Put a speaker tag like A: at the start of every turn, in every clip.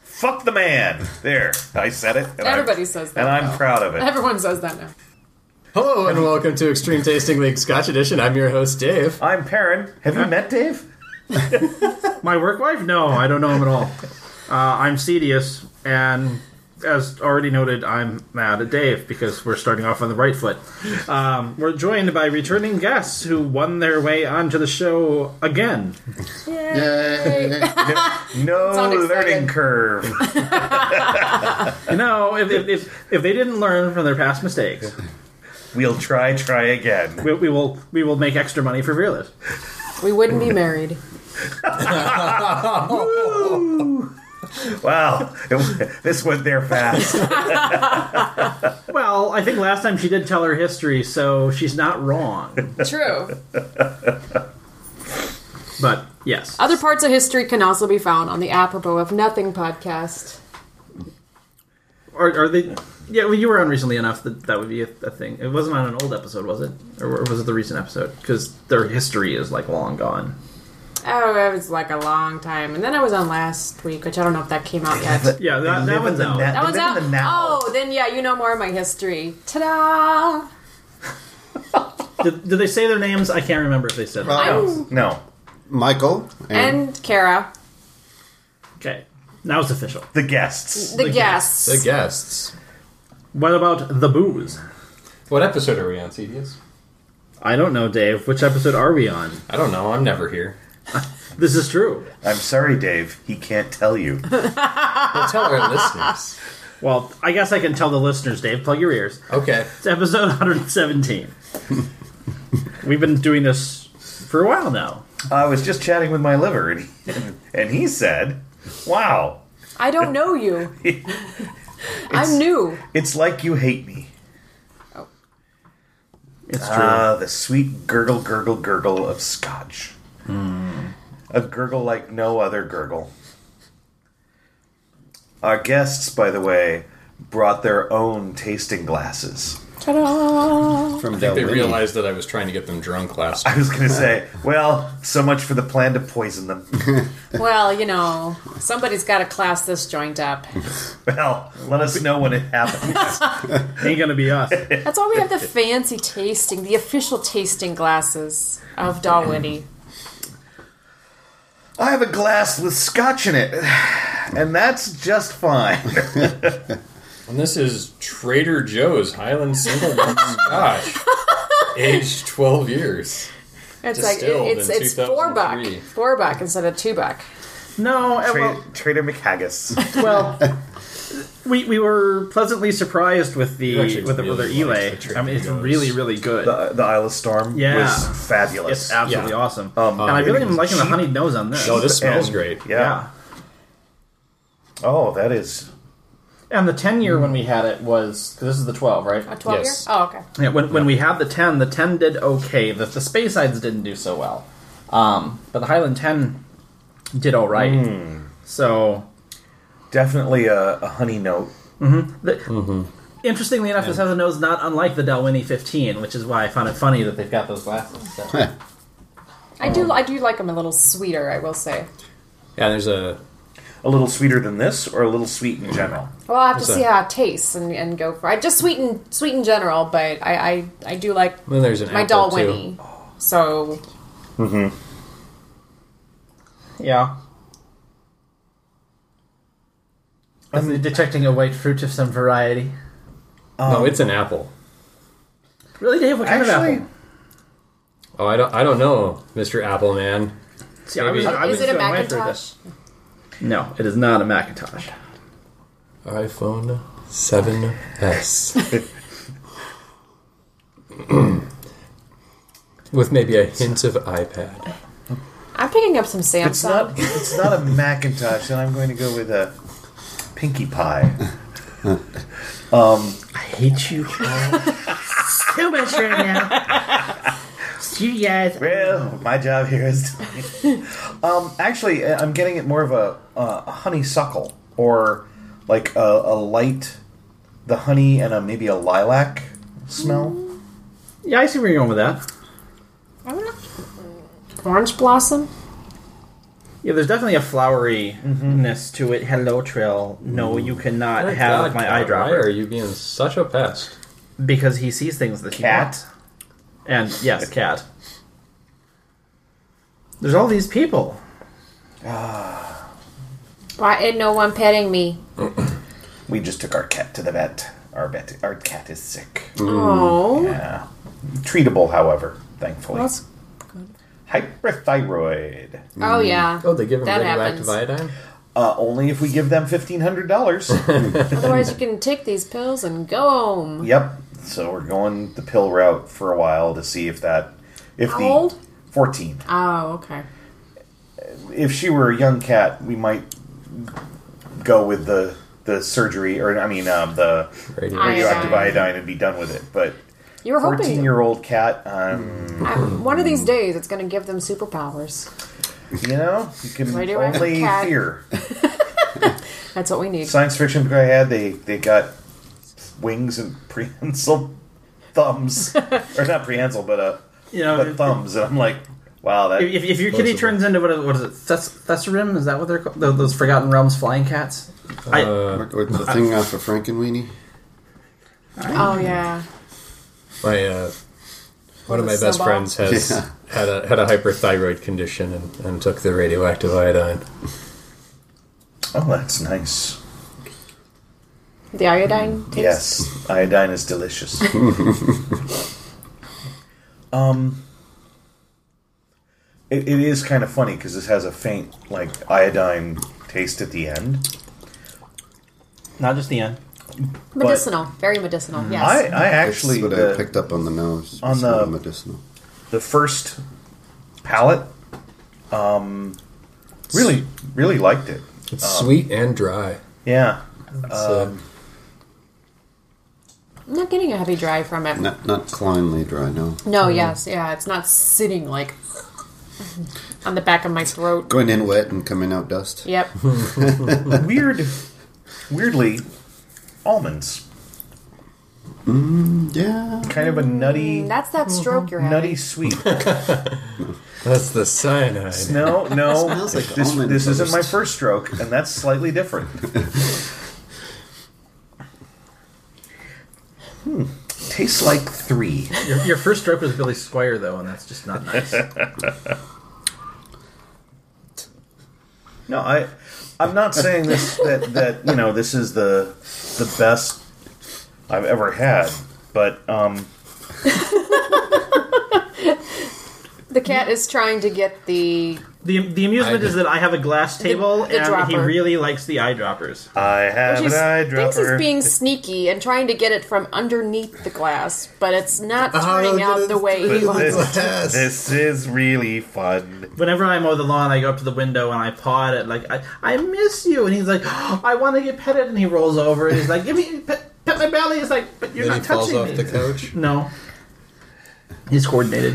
A: Fuck the man. There, I said it. and I-
B: Everybody says that.
A: and I'm
B: though.
A: proud of it.
B: Everyone says that now.
C: Hello and welcome to Extreme Tasting League Scotch Edition. I'm your host Dave.
A: I'm Perrin. Have you met Dave?
D: My work wife? No, I don't know him at all. Uh, I'm Cedius, and as already noted, I'm mad at Dave because we're starting off on the right foot. Um, we're joined by returning guests who won their way onto the show again.
E: Yay.
A: No
B: unexciting.
A: learning curve.
D: You know, if, if, if, if they didn't learn from their past mistakes,
A: We'll try, try again.
D: we, we will we will make extra money for Fearless.
B: We wouldn't be married.
A: Wow, it- this went there fast.
D: Well, I think last time she did tell her history, so she's not wrong.
B: True.
D: But yes,
B: Other parts of history can also be found on the Apropos of Nothing podcast.
D: Are, are they? Yeah, well, you were on recently enough that that would be a, a thing. It wasn't on an old episode, was it? Or was it the recent episode? Because their history is like long gone.
B: Oh, it was like a long time. And then I was on last week, which I don't know if that came out yet. that
D: Yeah, that,
A: Live
D: that
A: in
D: one's
A: the
D: out.
A: na-
B: one's
A: live in
B: out.
A: the now.
B: Oh, then yeah, you know more of my history. Ta
D: Did, did they say their names? I can't remember if they said.
B: da!
D: them.
B: I'm
A: No,
E: Michael and,
B: and Kara,
D: Okay, now it's official.
A: the guests.
B: the,
D: The
B: guests.
C: The guests.
D: What about the booze?
F: What episode are we on, Cedius?
D: I don't know, Dave. Which episode are we on?
F: I don't know. I'm never here.
D: This is true.
A: I'm sorry, Dave. He can't tell you.
F: Well, tell our listeners.
D: Well, I guess I can tell the listeners, Dave. Plug your ears.
F: Okay.
D: It's episode 117. We've been doing this for a while now.
A: I was just chatting with my liver, and he, and he said, "Wow,
B: I don't know you. I'm new.
A: it's like you hate me."
D: It's true.
A: Ah, the sweet gurgle, gurgle, gurgle of scotch. A gurgle like no other gurgle. Our guests, by the way, brought their own tasting glasses.
B: Ta-da!
E: from
F: They
E: Delwini.
F: realized that I was trying to get them drunk last
A: I was going to say, well, so much for the plan to poison them.
B: Well, you know, somebody's got to class this joint up.
A: Well, let us know when it happens.
D: Ain't gonna be us.
B: That's why we have the fancy tasting, the official tasting glasses of Dalwhinnie.
A: I have a glass with scotch in it, and that's just fine.
F: And this is Trader Joe's Highland Single Malt Scotch, aged 12 years.
B: It's like it,
F: Distilled
B: it's
F: in
B: it's four buck,
F: 2003.
B: four buck instead of two buck.
D: No, eh,
A: Tra-
D: well,
A: Trader McHaggis.
D: well we, we were pleasantly surprised with the
F: You actually
D: with, the, with their
F: really like
D: Elay.
F: the trick
D: I mean,
F: he
D: it's
F: goes.
D: really really good.
A: The, the Isle of Storm
D: Yeah.
A: was fabulous.
D: it's absolutely
F: Yeah. um,
D: awesome. and I really
A: it
D: am
A: was
D: liking the
A: cheap.
D: honeyed nose on this.
F: Oh, this smells
A: And-
F: great.
A: Yeah. Oh, that is.
D: And the ten year when we had it was 'cause this is the twelve, right?
B: A twelve
F: Mm. Yes.
B: year? Oh, okay.
D: Yeah, when, when we had the ten, the ten did okay. The, the space sides didn't do so well, um, but the Highland ten did all right. So
A: Definitely a, a honey note.
D: The,
F: Mm-hmm.
D: Interestingly enough, this has a nose not unlike the Dalwhinnie 15, which is why I found it funny that they've got those glasses. So.
B: I
F: Um,
B: do I do like them a little sweeter, I will say.
F: Yeah, there's a.
A: A little sweeter than this, or a little sweet in general.
B: Well, I'll have to
F: What's
B: see
F: that?
B: how it tastes and, and go for. I just sweet and sweet in general, but I I, I do like
F: Then there's an
B: my
F: apple
B: Dalwhinnie. So
D: Yeah. I'm detecting a white fruit of some variety.
F: Too. no, it's an apple.
D: Really, Dave? What kind of
A: Actually,
D: apple?
F: Oh, I don't. I don't know, Mr. Apple Man.
D: See,
F: maybe-
B: is it a
D: going white fruit
B: Macintosh?
D: then. No, it is not a Macintosh.
F: iPhone 7s. With maybe a hint of iPad.
B: I'm picking up some
A: it's not.
B: Samsung.
A: If it's not a Macintosh, then I'm going to go with a Pinkie Pie.
D: I hate you so much right now. you guys.
A: Well, my job here is. um, actually, uh, I'm getting it more of a, uh, a honeysuckle or like a, a light, the honey and a maybe a lilac smell.
D: Yeah, I see where you're going with that.
B: Orange blossom.
D: Yeah, there's definitely a floweriness to it. Hello, Trill. No, you cannot have my
F: God, Why
D: eyedropper
F: are you being such a pest?
D: because he sees things that
A: Cat?
D: he won't. and yes, cat. There's all these people.
B: Why ain't no one petting me?
A: We just took our cat to the vet. Our vet, our cat is sick.
D: Mm.
F: Hmm.
B: Oh,
A: Yeah. Treatable, however, thankfully.
B: that's
A: Hyperthyroid.
B: oh yeah.
F: Oh, they give him
B: That
F: radioactive
B: happens.
F: iodine?
A: Uh, only if we give them fifteen hundred dollars.
B: Otherwise, you can take these pills and go home.
A: yep. So we're going the pill route for a while to see if that, if
B: How
A: the
B: old?
A: fourteen.
B: Oh, okay.
A: If she were a young cat, we might go with the the surgery, or I mean, um, the
F: Radio.
B: I-
A: radioactive
B: Iodine.
A: iodine and be done with it. But
B: You were hoping
A: fourteen year old cat, um,
B: I- one of these days it's going to give them superpowers.
A: you know, you can
B: Radioactive
A: only
B: cat.
A: fear.
B: That's what we need.
A: science fiction book I had, they they got wings and prehensile thumbs, or not prehensile, but uh,
D: You know,
A: but
D: if-
A: thumbs, and I'm like, wow, that
D: if, if your kitty
F: Plausible.
D: turns into what is, what is it? Thes- Thessarim? Is that what they're called? Those, those Forgotten Realms flying cats? I-
F: Uh,
E: Or, or the thing off of Frankenweenie.
B: Oh yeah.
F: my uh, one of my
B: Was it
F: best
B: Snowball?
F: friends has
E: Yeah.
F: had a had a hyperthyroid condition and, and took the radioactive iodine.
A: oh, that's nice.
B: The iodine. Takes,
A: Yes, iodine is delicious. um, it, it is kind of funny because this has a faint like iodine taste at the end.
D: Not just the end.
B: Medicinal. Very medicinal.
A: I
B: Yes.
A: I actually
E: That's what
A: the,
E: I picked up on the nose.
A: on
E: It's not
A: the-
E: medicinal.
A: the first palette um really really liked it
F: It's sweet and dry. uh,
A: yeah
F: So-
B: I'm not getting a heavy dry from it. No.
E: Not not cloyingly dry. No,
B: Yes. Yeah. It's not sitting like on the back of my throat.
E: going in wet and coming out dust.
B: Yep.
A: weird weirdly almonds
E: Yeah,
A: kind of a nutty
B: That's that stroke you're having.
A: nutty sweet
F: That's the cyanide.
A: no no
E: smells like
A: this,
E: almond
A: this isn't
E: toast.
A: my first stroke and that's slightly different hmm tastes like three
D: Your, your first stroke was Billy Squire, though, and that's just not nice.
A: No, I I'm not saying this that that you know this is the the best I've ever had, but um
B: The cat is trying to get the.
D: the The amusement
F: I-
D: is that I have a glass table,
B: the
D: and he
B: dropper.
D: really likes the eyedroppers.
A: I have
B: She
A: an
B: thinks he's
A: eyedropper.
B: being sneaky and trying to get it from underneath the glass, but it's not
F: Oh,
C: Uh-huh,
B: turning
F: look at
B: out
F: it.
B: the way he
A: But
B: wants.
A: this,
F: Yes.
A: this is really fun.
D: Whenever I mow the lawn, I go up to the window and I paw at it, like I, I miss you, and he's like, "Oh, I want to get petted, and he rolls over and he's like, give me pet, pet my belly. It's like, but you're
F: Then he
D: not
F: falls
D: touching
F: off
D: me.
F: the couch.
D: no, he's coordinated.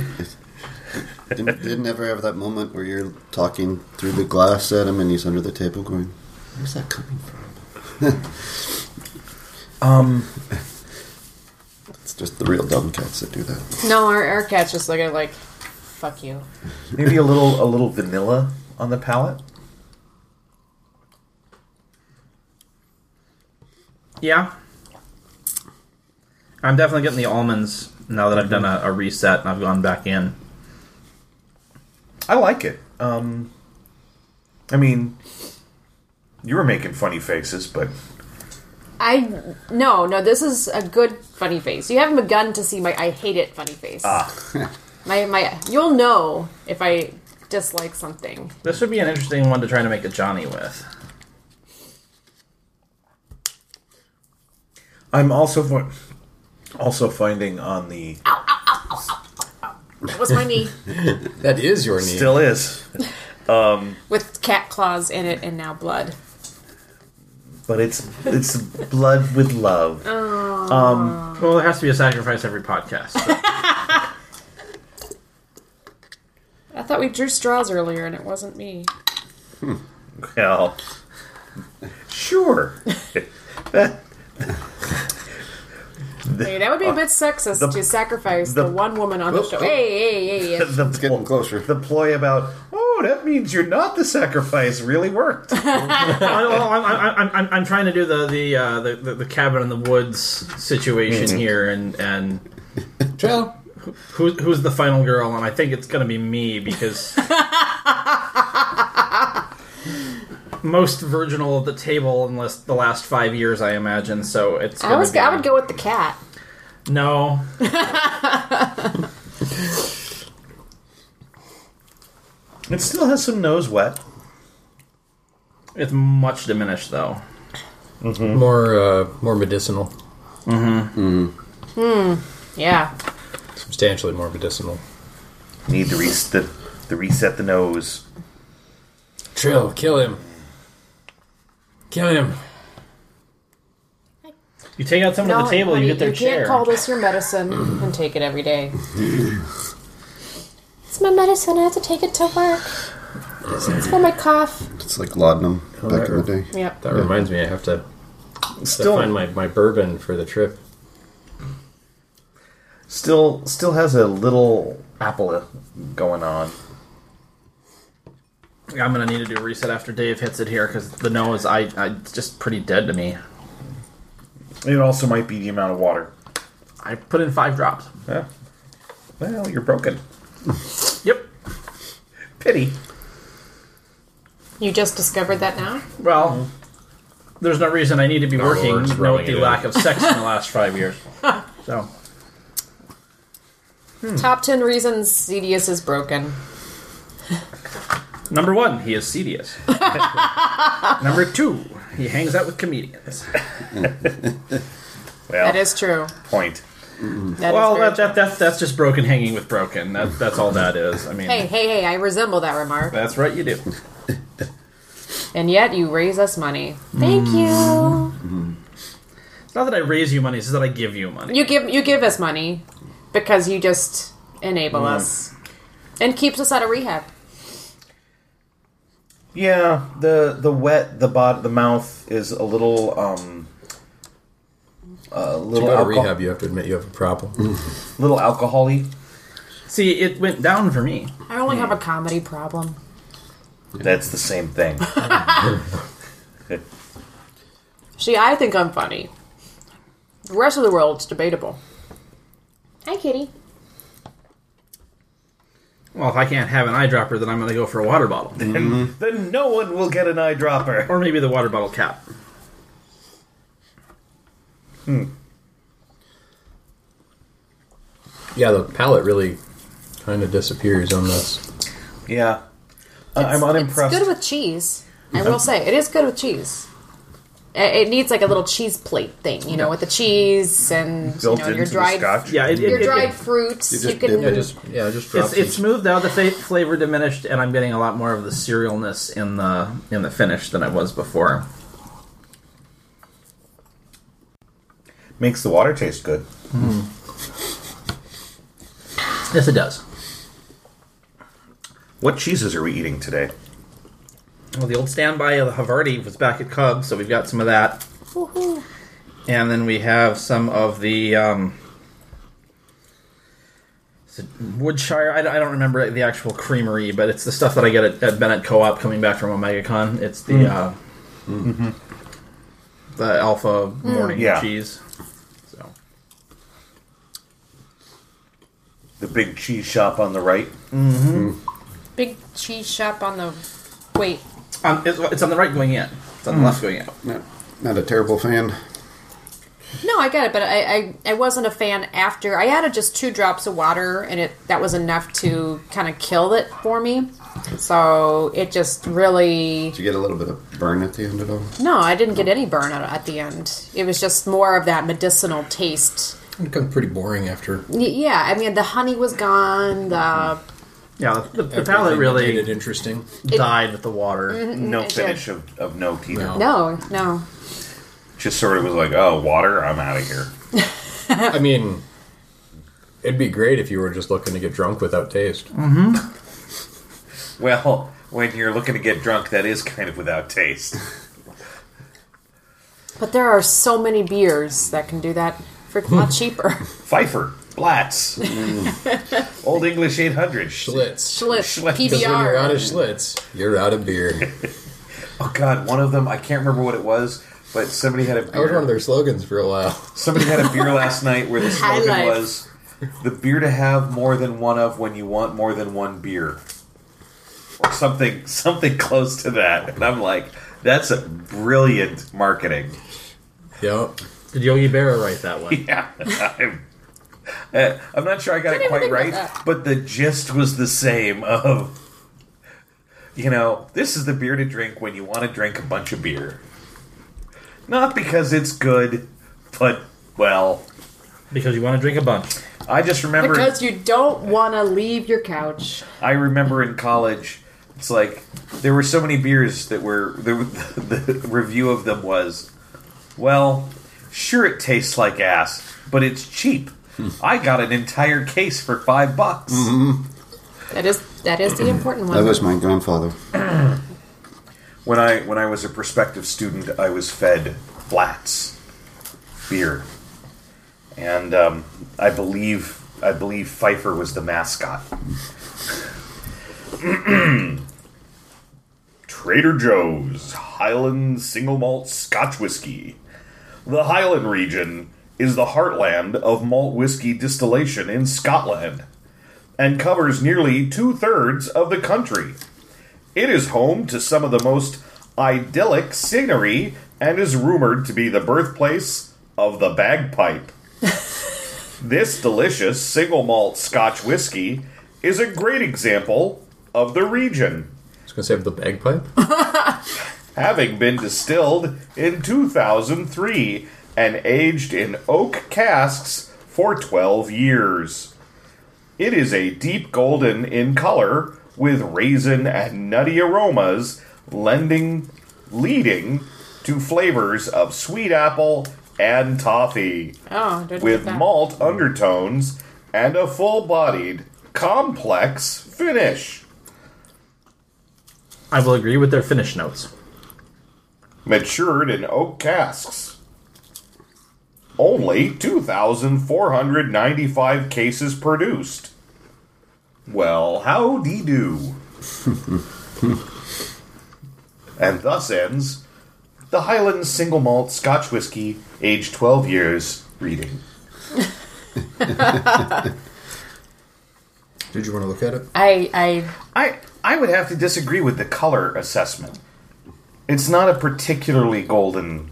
E: didn't, didn't ever have that moment where you're talking through the glass at him and he's under the table going, "Where's that coming from?"
A: Um
E: It's just the real dumb cats that do that.
B: No, our, our cat's just looking like, fuck you.
A: maybe a little a little vanilla on the palate.
D: Yeah, I'm definitely getting the almonds now that I've done a, a reset and I've gone back in.
A: I like it. Um I mean you were making funny faces, but
B: I no no. This is a good funny face. You haven't begun to see my I hate it funny face.
A: Ah.
B: my my. You'll know if I dislike something.
D: This would be an interesting one to try to make a Johnny with.
A: I'm also fi- also finding on the
B: That was my knee
F: That is your name.
A: still is
B: with cat claws in it and now blood.
A: but it's it's blood with love.
D: Well, there has to be a sacrifice every podcast. so-
B: I thought we drew straws earlier and it wasn't me.
A: Well, sure. That-
B: Hey, that would be a bit sexist
A: The-
B: to sacrifice the,
A: the-
B: one woman on the
E: Whoops.
B: show. Hey hey hey. hey.
A: the
E: It's getting
A: pl-
E: closer.
A: the ploy about oh no, that means you're not the sacrifice. Really worked.
D: I, am I'm, I'm, I'm trying to do the the, uh, the the the cabin in the woods situation here, and and
F: Joe.
D: who, who's the final girl? And I think it's gonna be me because most virginal at the table, unless the last five years, I imagine. So it's.
B: I
D: gonna
B: was
D: be-
B: I would go with the cat.
D: No,
A: It still has some nose wet.
D: it's much diminished though.
C: More, uh, more medicinal.
B: Yeah.
C: Substantially more medicinal.
A: Need to res- the, the reset the nose.
C: Trill, kill him. Kill him.
D: You take out someone at the table,
B: honey,
D: you get their
B: you
D: chair.
B: can't call this your medicine and take it every day. it's my medicine. I have to take it to work. It's for my cough.
E: It's like laudanum
A: Oh,
E: back in the day.
B: Yep.
F: That reminds me, I have to,
A: Still,
F: find my, my bourbon for the trip.
A: still, still has a little apple going on.
D: I'm gonna need to do a reset after Dave hits it here because the nose, I, I, it's just pretty dead to me.
A: It also might be the amount of water.
D: I put in five drops.
A: Yeah. Well, you're broken.
D: Yep.
A: Pity.
B: You just discovered that now?
D: Well, there's no reason I need to be
F: we're
D: working
F: just
D: note
F: rolling
D: the
F: it in.
D: lack of sex in the last five years. So
B: Top 10 reasons CDS is broken.
D: number one, he is serious. number two, he hangs out with comedians.
A: Well,
B: That is true.
A: point.
B: That is
D: well,
B: very
D: that, that, that, that's just broken hanging with broken. That, that's all that is. I mean,
B: Hey, hey, hey, I resemble that remark.
D: that's right, you do.
B: And yet you raise us money. Thank you.
D: It's not that I raise you money; it's that I give you money.
B: You give you give us money because you just enable us. And keeps us out of rehab.
A: Yeah, the the wet, the bod, the mouth is a little um a
C: To
A: little
C: go to
A: alcohol,
C: rehab, you have to admit you have a problem.
A: little alcohol-y.
D: See, it went down for me.
B: I only have a
A: Hmm.
B: comedy problem.
A: That's the same thing.
B: See, I think I'm funny. The rest of the world's debatable. Hi,
A: Uh,
B: kitty.
D: Well, if I can't have an eyedropper, then I'm going to go for a water bottle,
A: then no one will get an eyedropper.
D: or maybe the water bottle cap.
C: yeah, the palate really kind of disappears on this.
A: Yeah, I- I'm unimpressed.
B: It's good with cheese. I will say it is good with cheese. I- It needs like a little cheese plate thing, you know, with the cheese and you
A: Built
B: know,
A: into
B: your
A: the
B: dried
A: scotch.
D: Yeah, it, it,
B: your
D: it-
B: dried
D: it-
B: fruits. You,
E: just
B: can
E: dip it
C: Just yeah, just
D: it's
C: drops
D: it's smoothed out. The fa- flavor diminished, and I'm getting a lot more of the cerealness in the in the finish than I was before.
A: makes the water taste good.
D: Yes, it does.
A: What cheeses are we eating today?
D: Well, the old standby of the Havarti was back at Cub, so we've got some of that,
B: Woohoo.
D: and then we have some of the. Um, is it Woodshire, I don't, I don't remember the actual creamery, but it's the stuff that I get at, at Bennett Co-op coming back from OmegaCon. It's the uh, the Alpha Morning
A: Yeah.
D: Cheese. So
A: The big cheese shop on the right.
B: Big cheese shop on the wait.
D: um, it's, it's on the right going in. It's on the left going out.
E: Not, not a terrible fan.
B: No, I got it, but I, I I wasn't a fan after I added just two drops of water, and it that was enough to kind of kill it for me. So it just really
E: Did you get a little bit of burn at the end at all?
B: no, I didn't get any burn at, at the end. It was just more of that medicinal taste.
C: It becomes pretty boring after.
B: Y- yeah, I mean the honey was gone. The
D: Yeah, the, the
C: everything
D: palate
C: that
D: really
C: made it interesting.
D: died with the water.
A: No
B: it did.
A: finish of, of no teeth.
C: No.
B: no, no.
A: Just sort of was like, oh, water, I'm out of here.
C: I mean, it'd be great if you were just looking to get drunk without taste.
A: Well, when you're looking to get drunk, that is kind of without taste.
B: But there are so many beers that can do that. for a
C: Hmm.
B: lot cheaper.
A: Pfeiffer, Blatz, Old English 800.
C: Schlitz.
B: Schlitz,
A: Schlitz.
C: Because when you're out
B: PBR.
C: of Schlitz, you're out of beer.
A: Oh God, one of them I can't remember what it was, but somebody had a
C: That was one
A: beer.
C: of their slogans for a while.
A: somebody had a beer last night where the
B: High
A: slogan
B: life.
A: was "the beer to have more than one of when you want more than one beer," or something something close to that. And I'm like, that's a brilliant marketing.
C: Yep.
D: Did Yogi Berra write that one?
A: Yeah, I'm, uh, I'm not sure I got
B: Didn't
A: it
B: even
A: quite
B: think about
A: right,
B: that.
A: but the gist was the same. Of you know, this is the beer to drink when you want to drink a bunch of beer, not because it's good, but well,
D: Because you want to drink a bunch.
A: I just remember.
B: Because you don't want to leave your couch.
A: I remember in college, it's like there were so many beers that were the, the review of them was, well, sure it tastes like ass, but it's cheap. I got an entire case for five bucks.
B: That is that is the important
E: That
B: one.
E: was my grandfather.
A: When I when I was a prospective student, I was fed flats beer, and um, I believe I believe Pfeiffer was the mascot. Trader Joe's Highland Single Malt Scotch Whiskey. The Highland region is the heartland of malt whiskey distillation in Scotland and covers nearly two thirds of the country. It is home to some of the most idyllic scenery and is rumored to be the birthplace of the bagpipe. this delicious single malt Scotch whiskey is a great example of the region
C: I was going to say the bagpipe.
A: having been distilled in 2003 and aged in oak casks for 12 years. It is a deep golden in color with raisin and nutty aromas lending leading to flavors of sweet apple and toffee
B: Oh, didn't get
A: with
B: that.
A: malt undertones and a full-bodied complex finish.
D: I will agree with their finish notes.
A: matured in oak casks. Only 2,495 cases produced. Well, howdy do. and thus ends the Highland Single Malt Scotch Whiskey, aged 12 years, reading.
C: Did you want to look at it?
B: I I
A: I, I would have to disagree with the color assessment. It's not a particularly golden,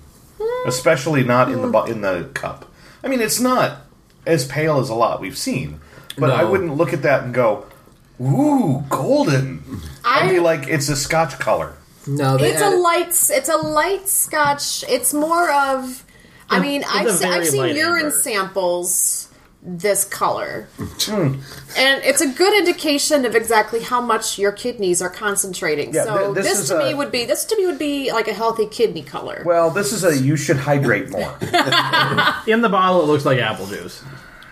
A: especially not
B: Hmm.
A: in the bu- in the cup. I mean, it's not as pale as a lot we've seen, but I
C: No.
A: wouldn't look at that and go, "Ooh, golden." I'd be
B: I
A: like, "It's a Scotch color."
C: No, they
B: it's a light it's a light scotch. It's more of I mean, I've
D: a
B: se- I've
D: very
B: seen
D: light
B: urine
D: amber.
B: samples this color.
A: Hmm.
B: and it's a good indication of exactly how much your kidneys are concentrating.
A: Yeah,
B: so
A: th- this
B: this,
A: is
B: to
A: a-
B: me would be this to me would be like a healthy kidney color.
A: Well, this is a you should hydrate more.
D: In the bottle, it looks like apple juice.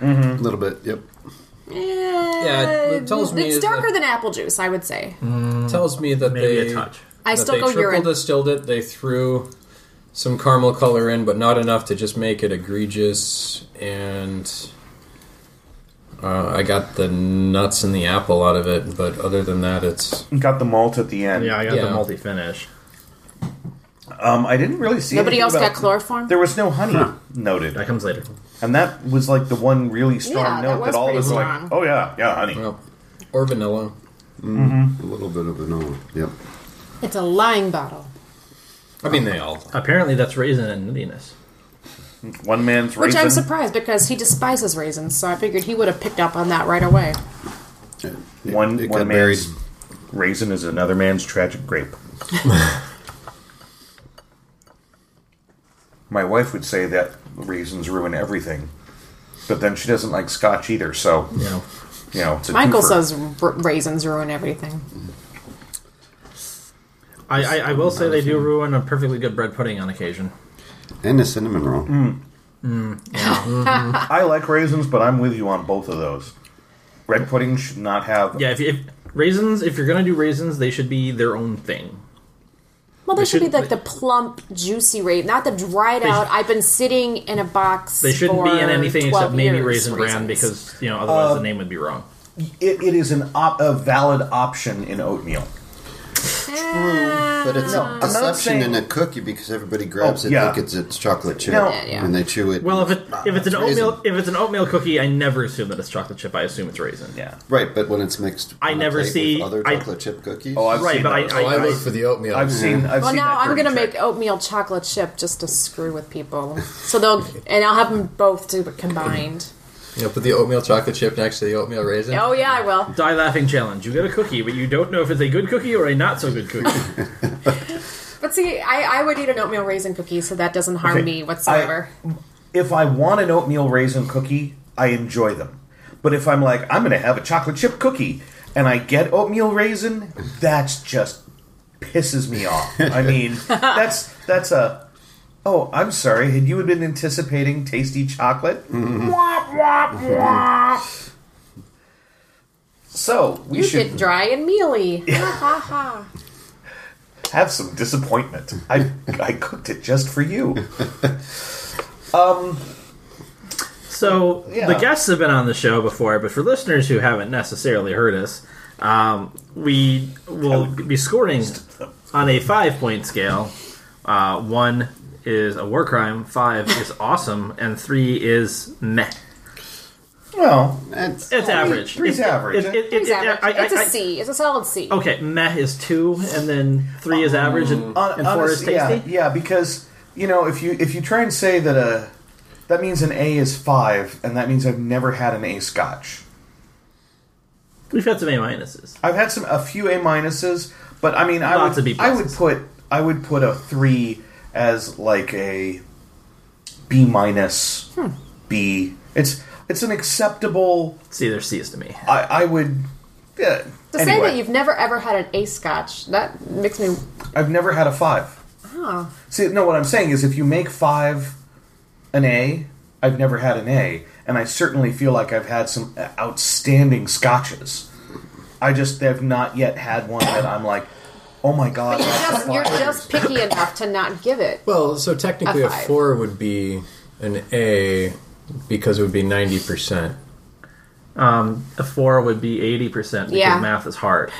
E: A little bit, yep.
B: yeah,
C: it tells me
B: it's
C: is that-
B: darker than apple juice, I would say.
C: tells me that
D: Maybe
C: they
D: a touch.
B: I
C: that
B: still
C: they
B: go
C: triple
B: urine.
C: distilled it. They threw some caramel color in, but not enough to just make it egregious. And uh, I got the nuts and the apple out of it, but other than that, it's
A: Got the malt at the end.
D: Yeah, I got the
C: Yeah.
D: multi finish.
A: Um, I didn't really see.
B: Nobody
A: anything
B: else
A: about-
B: got chloroform?
A: There was no honey noted.
D: That comes later.
A: And that was like the one really strong
B: Yeah, that
A: note that,
B: was
A: all of us
B: pretty
A: were
B: strong.
A: like, oh yeah, yeah, honey.
C: well, or vanilla.
E: A little bit of vanilla, yep.
B: It's a lying bottle.
C: I mean, they all.
D: Apparently, that's raisin and nuttiness.
A: One man's
B: Which
A: raisin.
B: I'm surprised because he despises raisins, so I figured he would have picked up on that right away.
A: one one
E: It got
A: man's
E: buried.
A: raisin is another man's tragic grape. My wife would say that raisins ruin everything, but then she doesn't like scotch either. So
D: You know,
A: you know, it's a
B: Michael
A: twofer.
B: says r- raisins ruin everything.
D: I, I, I will say they do ruin a perfectly good bread pudding on occasion.
E: And the cinnamon roll.
D: Mm.
A: I like raisins, but I'm with you on both of those. Red pudding should not have.
D: Yeah, if, if raisins, if you're gonna do raisins, they should be their own thing.
B: Well, they
D: They
B: should be like
D: shouldn't-
B: the plump, juicy raisin, not the dried
D: They sh-
B: out. I've been sitting in a box.
D: They shouldn't be in
B: for
D: anything
B: 12
D: except maybe
B: years
D: Raisin Bran
B: raisins.
D: because you know otherwise the name would be wrong.
A: It, it is an op- a valid option in oatmeal.
E: But it's
A: No,
E: a
A: I'm not saying-
E: deception in a cookie because everybody grabs
A: Oh,
E: it
A: yeah.
E: like it's, it's chocolate chip
A: No.
E: and
A: Yeah,
B: yeah.
E: they chew it.
D: Well, if it if it's an
E: raisin.
D: oatmeal if it's an oatmeal cookie, I never assume that it's chocolate chip. I assume it's raisin.
A: Yeah.
E: right, but when it's mixed,
D: I
E: on a
D: never
E: plate with
D: see-
E: other
D: I-
E: chocolate chip cookies.
A: Oh, I've
D: Right,
A: seen
D: but I-
A: those.
D: I-
A: I've,
D: Oh,
F: I look for the oatmeal.
A: seen. I've
B: Well,
A: seen
B: now
A: that
B: I'm
A: dirty
B: gonna
A: trick.
B: make oatmeal chocolate chip just to screw with people. So they'll and I'll have them both to combined.
F: You know, put the oatmeal chocolate chip next to the oatmeal raisin.
B: Oh yeah, I will.
D: Die laughing challenge. You get a cookie, but you don't know if it's a good cookie or a not so good cookie.
B: But see, I, I would eat an oatmeal raisin cookie, so that doesn't harm
A: Okay.
B: me whatsoever.
A: if I want an oatmeal raisin cookie, I enjoy them. But if I'm like, I'm gonna have a chocolate chip cookie and I get oatmeal raisin, that's just pisses me off. I mean, that's that's a oh, I'm sorry. Had you been anticipating tasty chocolate? Womp, womp, womp. So we
B: you
A: should
B: get dry and mealy. ha ha ha.
A: have some disappointment. I I cooked it just for you.
D: So
A: Yeah.
D: the guests have been on the show before, but for listeners who haven't necessarily heard us, um, we will be scoring on a five point scale. Uh, one is a war crime, five is awesome, and three is meh.
A: Well,
E: That's-
D: It's average.
A: three's
D: It's-
A: average,
D: it- it- it-
B: It's,
D: it-
B: average.
D: I- I-
B: it's a
D: I-
B: C. It's a solid C.
D: Okay, meh is two, and then three is average, and, uh,
A: Hon-
D: and four is
A: honest- Um, yeah,
D: tasty.
A: Yeah, because you know if you if you try and say that a that means an A is five, and that means I've never had an A Scotch.
D: We've got some A minuses.
A: I've had some a few A minuses, but I mean I
D: Lots
A: would
D: of B
A: I would
D: pluses.
A: put I would put a three as like a B minus
D: Hmm.
A: B. It's it's an acceptable.
D: See, there's C's to me.
A: I I would. Yeah,
B: To say
A: anyway,
B: that you've never ever had an ace scotch, that makes me.
A: I've never had a five.
B: Oh.
A: See, no, what I'm saying is if you make five an A, I've never had an A, and I certainly feel like I've had some outstanding scotches. I just have not yet had one that I'm like, oh my god,
B: But you're
A: that's
B: just, you're
A: fire."
B: just picky enough to not give it.
F: Well, so technically
B: A
F: a,
B: five.
F: four would be an A because it would be ninety percent.
D: A four would be 80% because
B: Yeah.
D: math is hard.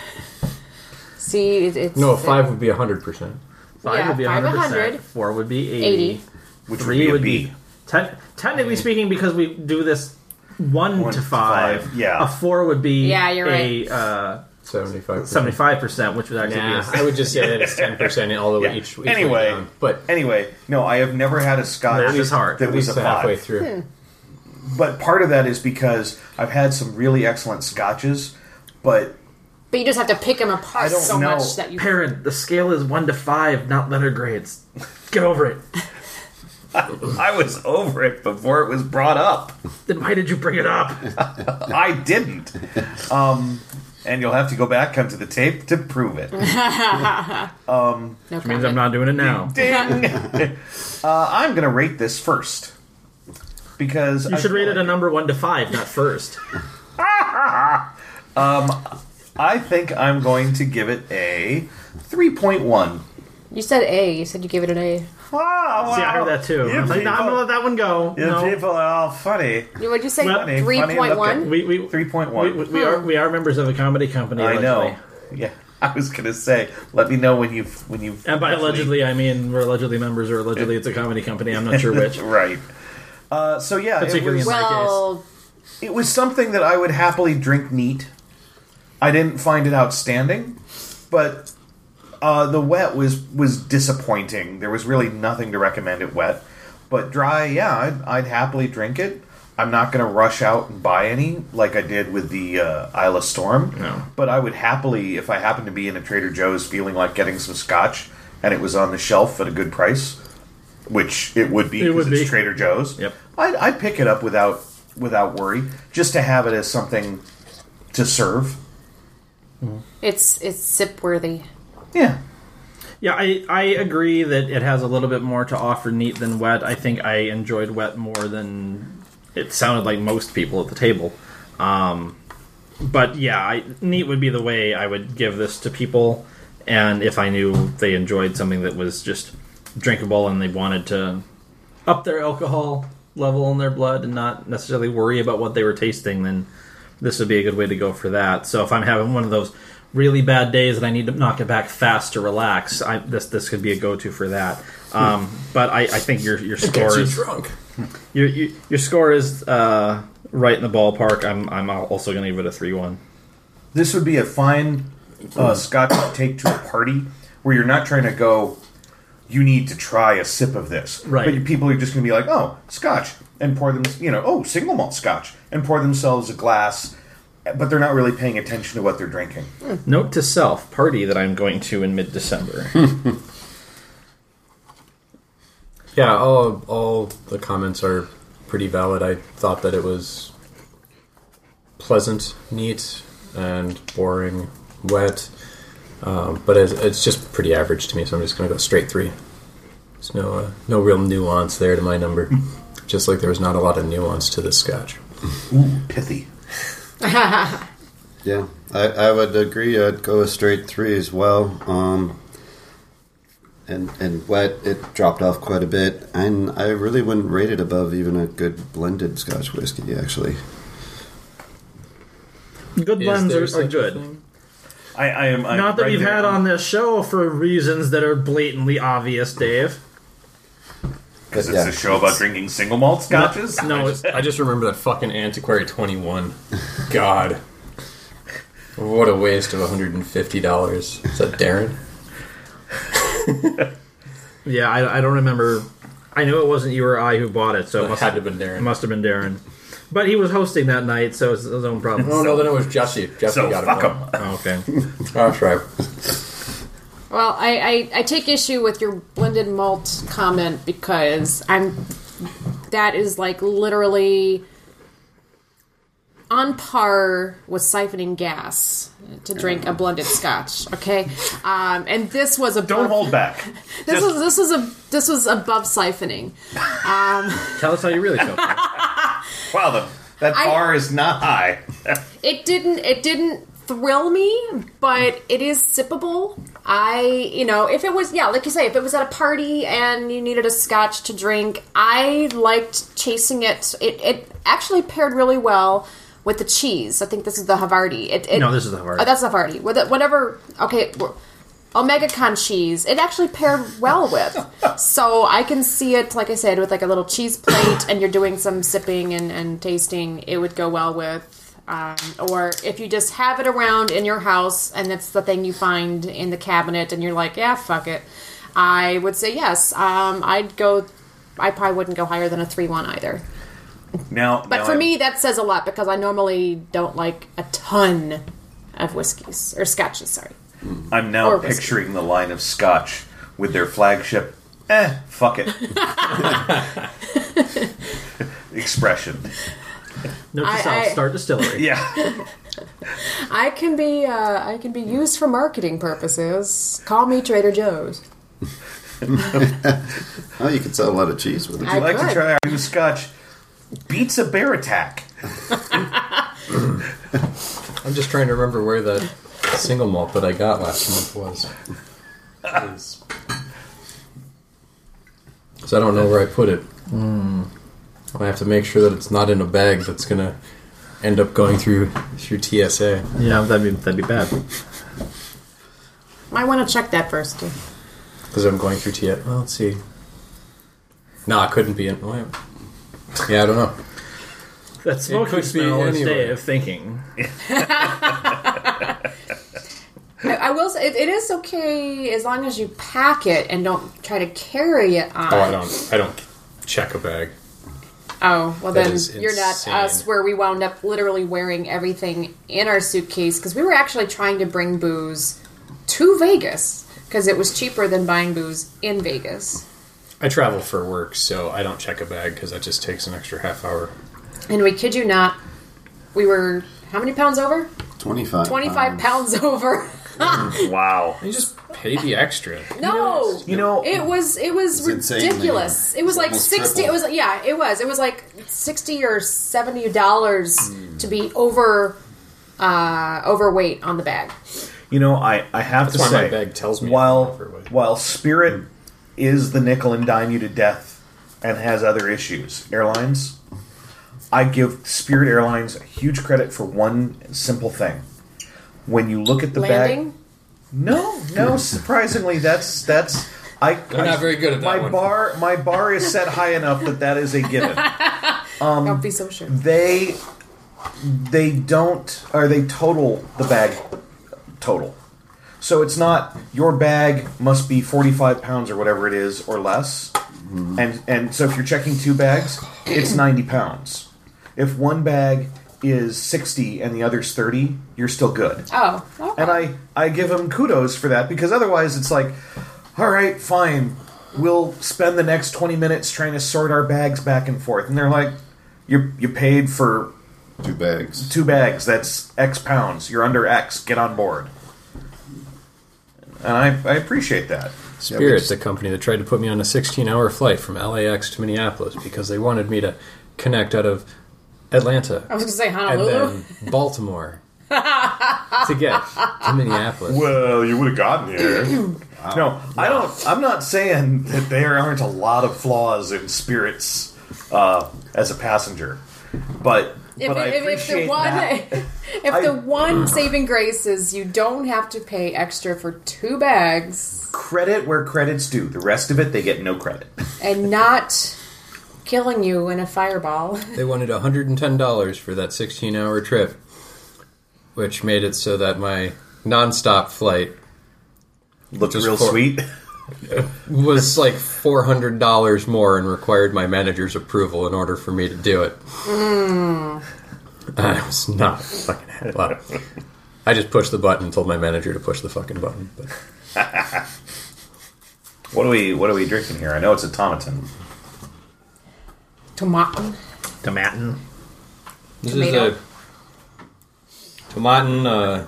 B: See, it, it's.
F: No, a five would be hundred percent.
D: Five
B: Yeah,
D: would be
B: five,
D: 100%.
B: 100.
D: Four would be 80.
B: 80.
A: which
D: Three
A: would
D: would
A: be a
D: be.
A: B.
D: Te- technically speaking, because we do this one,
A: One
D: to
A: to
D: five,
A: five, yeah.
D: a four would be
B: Yeah, you're
D: a uh,
F: Seventy five percent.
D: 75%, which would actually
F: Nah,
D: be
F: I
D: a
F: would just say that it's ten percent all the way
A: Yeah.
F: each, each way
A: Anyway.
F: down. But
A: Anyway, no, I have never had a scotch
D: Math is hard.
A: that
F: at
A: was
F: least
A: a
F: halfway
A: five. Hmm.
F: through.
A: But part of that is because I've had some really excellent scotches, but
B: But you just have to pick them
A: I
B: apart
A: don't
B: so
A: know.
B: much that you.
D: Parent, the scale is one to five, not letter grades. Get over it.
A: I was over it before it was brought up.
D: Then why did you bring it up?
A: I didn't. Um, and you'll have to go back onto the tape to prove it.
B: No
D: Means I'm not doing it now.
A: Ding. uh, I'm going to rate this first because
D: You should rate it a
A: another.
D: number one to five, not first.
A: I think I'm going to give it a 3.1.
B: You said A. You said you gave it an A.
A: Ah, Wow,
D: See, I heard that too.
A: You
D: I'm like, no, I'm
A: people-
D: gonna let that one go.
A: You
D: No.
A: people are all funny.
B: You would you say
D: Well, funny,
B: three
A: funny,
B: point one?
A: look
D: We, we, we,
A: 3.1.
D: we, we are we are members of a comedy company.
A: I know.
D: allegedly.
A: Yeah, I was going to say, let me know when you've. When you've
D: And by allegedly, I mean we're allegedly members, or allegedly it's a comedy company. I'm not sure which.
A: Right. Uh, so yeah, it
D: Particularly
A: was,
D: in my
B: Well,
A: it was something that I would happily drink neat. I didn't find it outstanding, but uh, the wet was was disappointing. There was really nothing to recommend it wet, but dry, yeah, I'd, I'd happily drink it. I'm not going to rush out and buy any like I did with the uh, Isla Storm.
D: No.
A: But I would happily, if I happened to be in a Trader Joe's feeling like getting some scotch and it was on the shelf at a good price, which it would be
D: It
A: because
D: would
A: it's
D: be.
A: Trader Joe's.
D: Yep.
A: I'd, I'd pick it up without without worry, just to have it as something to serve.
B: it's it's sip worthy.
A: Yeah.
D: Yeah, I, I agree that it has a little bit more to offer neat than wet. I think I enjoyed wet more than it sounded like most people at the table. Um, but yeah, I, neat would be the way I would give this to people. and if I knew they enjoyed something that was just drinkable and they wanted to up their alcohol level in their blood and not necessarily worry about what they were tasting, then this would be a good way to go for that. So if I'm having one of those really bad days that I need to knock it back fast to relax, I, this this could be a go-to for that. Um, but I, I think your your
C: Gets
D: score
C: you
D: is
C: drunk.
D: your, your your score is uh, right in the ballpark. I'm I'm also going to give it a three-one.
A: This would be a fine uh, scotch to take to a party where you're not trying to go. You need to try a sip of this,
D: Right.
A: But people are just going to be like, "Oh, scotch," and pour them, you know, "Oh, single malt scotch," and pour themselves a glass, but they're not really paying attention to what they're drinking.
D: Note to self: party that I'm going to in mid-December.
C: Hmm. Yeah, all all the comments are pretty valid. I thought that it was pleasant, neat, and boring, wet, um, but it's, it's just pretty average to me. So I'm just going to go straight three. There's no uh, no real nuance there to my number.
A: Hmm.
C: just like there was not a lot of nuance to this scotch.
A: Ooh, pithy.
E: Yeah, I, I would agree. I'd go a straight three as well. Um, and and wet, it dropped off quite a bit, and I really wouldn't rate it above even a good blended Scotch whiskey. Actually,
D: Good
C: Is
D: blends
C: there
D: are,
C: such
D: are
C: a
D: good.
C: thing?
A: I, I am I'm
D: Not that
A: right
D: we've
A: there.
D: had on this show for reasons that are blatantly obvious, Dave.
E: but
A: Is this a show about drinking single malt scotches?
D: No, it's,
C: I just remember that fucking Antiquary 21. God. What a waste of $150. Is that Darren?
D: yeah, I, I don't remember. I knew it wasn't you or I who bought it, so it
C: It
D: must,
C: had to have been
D: it
C: Darren.
D: must have been Darren. But he was hosting that night, so it's his own problem.
C: Oh no, then it was Jesse. Jesse
A: So
C: got
A: fuck
C: it.
A: them.
D: Oh, okay.
C: Oh, that's right.
B: Well, I, I, I take issue with your blended malt comment because I'm that is like literally on par with siphoning gas to drink a blended scotch. Okay, um, and this was a
A: Don't hold back.
B: this was this was a this was above siphoning.
D: Tell us how you really feel.
A: Wow, the, that
B: I-
A: bar is not high.
B: it didn't it didn't thrill me but it is sippable i you know if it was yeah like you say if it was at a party and you needed a scotch to drink i liked chasing it it, it actually paired really well with the cheese i think this is the havarti it, it,
D: No, this is the Havarti.
B: oh, that's the havarti with it, whatever okay we're- omega con cheese it actually paired well with so i can see it like i said with like a little cheese plate and you're doing some sipping and, and tasting it would go well with um, or if you just have it around in your house and that's the thing you find in the cabinet and you're like yeah fuck it i would say yes um, i'd go i probably wouldn't go higher than a 3-1 either
A: Now,
B: but
A: now
B: for
A: I'm-
B: me that says a lot because i normally don't like a ton of whiskeys or scotches sorry
A: I'm now
B: Or whiskey.
A: picturing the line of Scotch with their flagship, eh, fuck it. Expression.
D: Note to
B: I-
D: self,
B: I-
D: start distillery.
A: Yeah.
B: I can be uh, I can be used for marketing purposes. Call me Trader Joe's.
E: oh, you could sell a lot of cheese with it.
A: I'd like
B: could.
A: to try our new Scotch. Beats a bear attack.
C: I'm just trying to remember where that single malt that I got last month was. Because I don't know where I put it. Hmm. I have to make sure that it's not in a bag that's gonna end up going through through TSA.
D: Yeah, that'd be that'd be bad.
B: I want to check that first. Too.
C: Because I'm going through TSA. Well, let's see. No, I couldn't be in. wait. Yeah, I don't know.
D: That
C: It could
D: smoky
C: be
D: smell is
C: anywhere.
D: Dave thinking.
B: I, I will say it, it is okay as long as you pack it and don't try to carry it on.
C: Oh, I don't. I don't check a bag.
B: Oh, well
C: That
B: then
C: is
B: you're not
C: insane.
B: us where we wound up literally wearing everything in our suitcase because we were actually trying to bring booze to Vegas because it was cheaper than buying booze in Vegas.
C: I travel for work, so I don't check a bag because that just takes an extra half hour.
B: And we kid you not, we were how many pounds over?
E: Twenty five.
B: 25 pounds over.
A: Wow.
C: You just pay the extra.
B: No,
A: You know,
B: it was it was
E: It's insanely-
B: ridiculous. It was
E: it's
B: like
E: almost
B: sixty.
E: triple.
B: It was yeah, it was. It was like sixty or seventy dollars to be over uh, overweight on the bag.
A: you know, I, I have
F: That's
A: to
F: why
A: say,
F: my bag tells me
A: while
F: I'm halfway.
A: while Spirit
F: Hmm.
A: is the nickel and dime you to death and has other issues, airlines. I give Spirit Airlines huge credit for one simple thing. When you look at the
B: Landing?
A: bag, no, no, surprisingly, that's that's I.
F: They're Hmm. not very good at that
A: My
F: one.
A: bar, my bar is set high enough that that is a given
B: Don't be so sure.
A: they they don't or they total the bag total so it's not your bag must be 45 pounds or whatever it is or less and and so if you're checking two bags it's 90 pounds if one bag is 60 and the other's 30 you're still good
B: Oh, okay.
A: and I I give him kudos for that because otherwise it's like, all right, fine, we'll spend the next twenty minutes trying to sort our bags back and forth, and they're like, you you paid for
E: Two bags.
A: two bags, that's X pounds, you're under X, get on board, and I I appreciate that.
E: Yeah, we
C: Spirit,
E: just-
C: the company that tried to put me on a 16 hour flight from LAX to Minneapolis because they wanted me to connect out of Atlanta
B: I was going to say
C: and
B: Honolulu.
C: then Baltimore to get to Minneapolis.
A: Well, you would have gotten here. No, I don't. I'm not saying that there aren't a lot of flaws in spirits uh, as a passenger, but
B: If,
A: but I
B: it- if, if
A: appreciate
B: the one,
A: that.
B: if
A: I-
B: the one saving grace is you don't have to pay extra for two bags
A: credit where credit's due. The rest of it, they get no credit.
B: and not killing you in a fireball.
C: They wanted $110 for that 16 hour trip, which made it so that my nonstop flight
A: Looks
C: Just
A: real
C: for-
A: sweet.
C: was like $400 more and required my manager's approval in order for me to do it. Mm. I was not fucking well, I just pushed the button and told my manager to push the fucking button. But
A: What are we? What are we drinking here? I know it's a Tomatin.
B: Tomatin.
D: Tomatin.
C: this
B: Tomato?
C: is a tomatin, uh,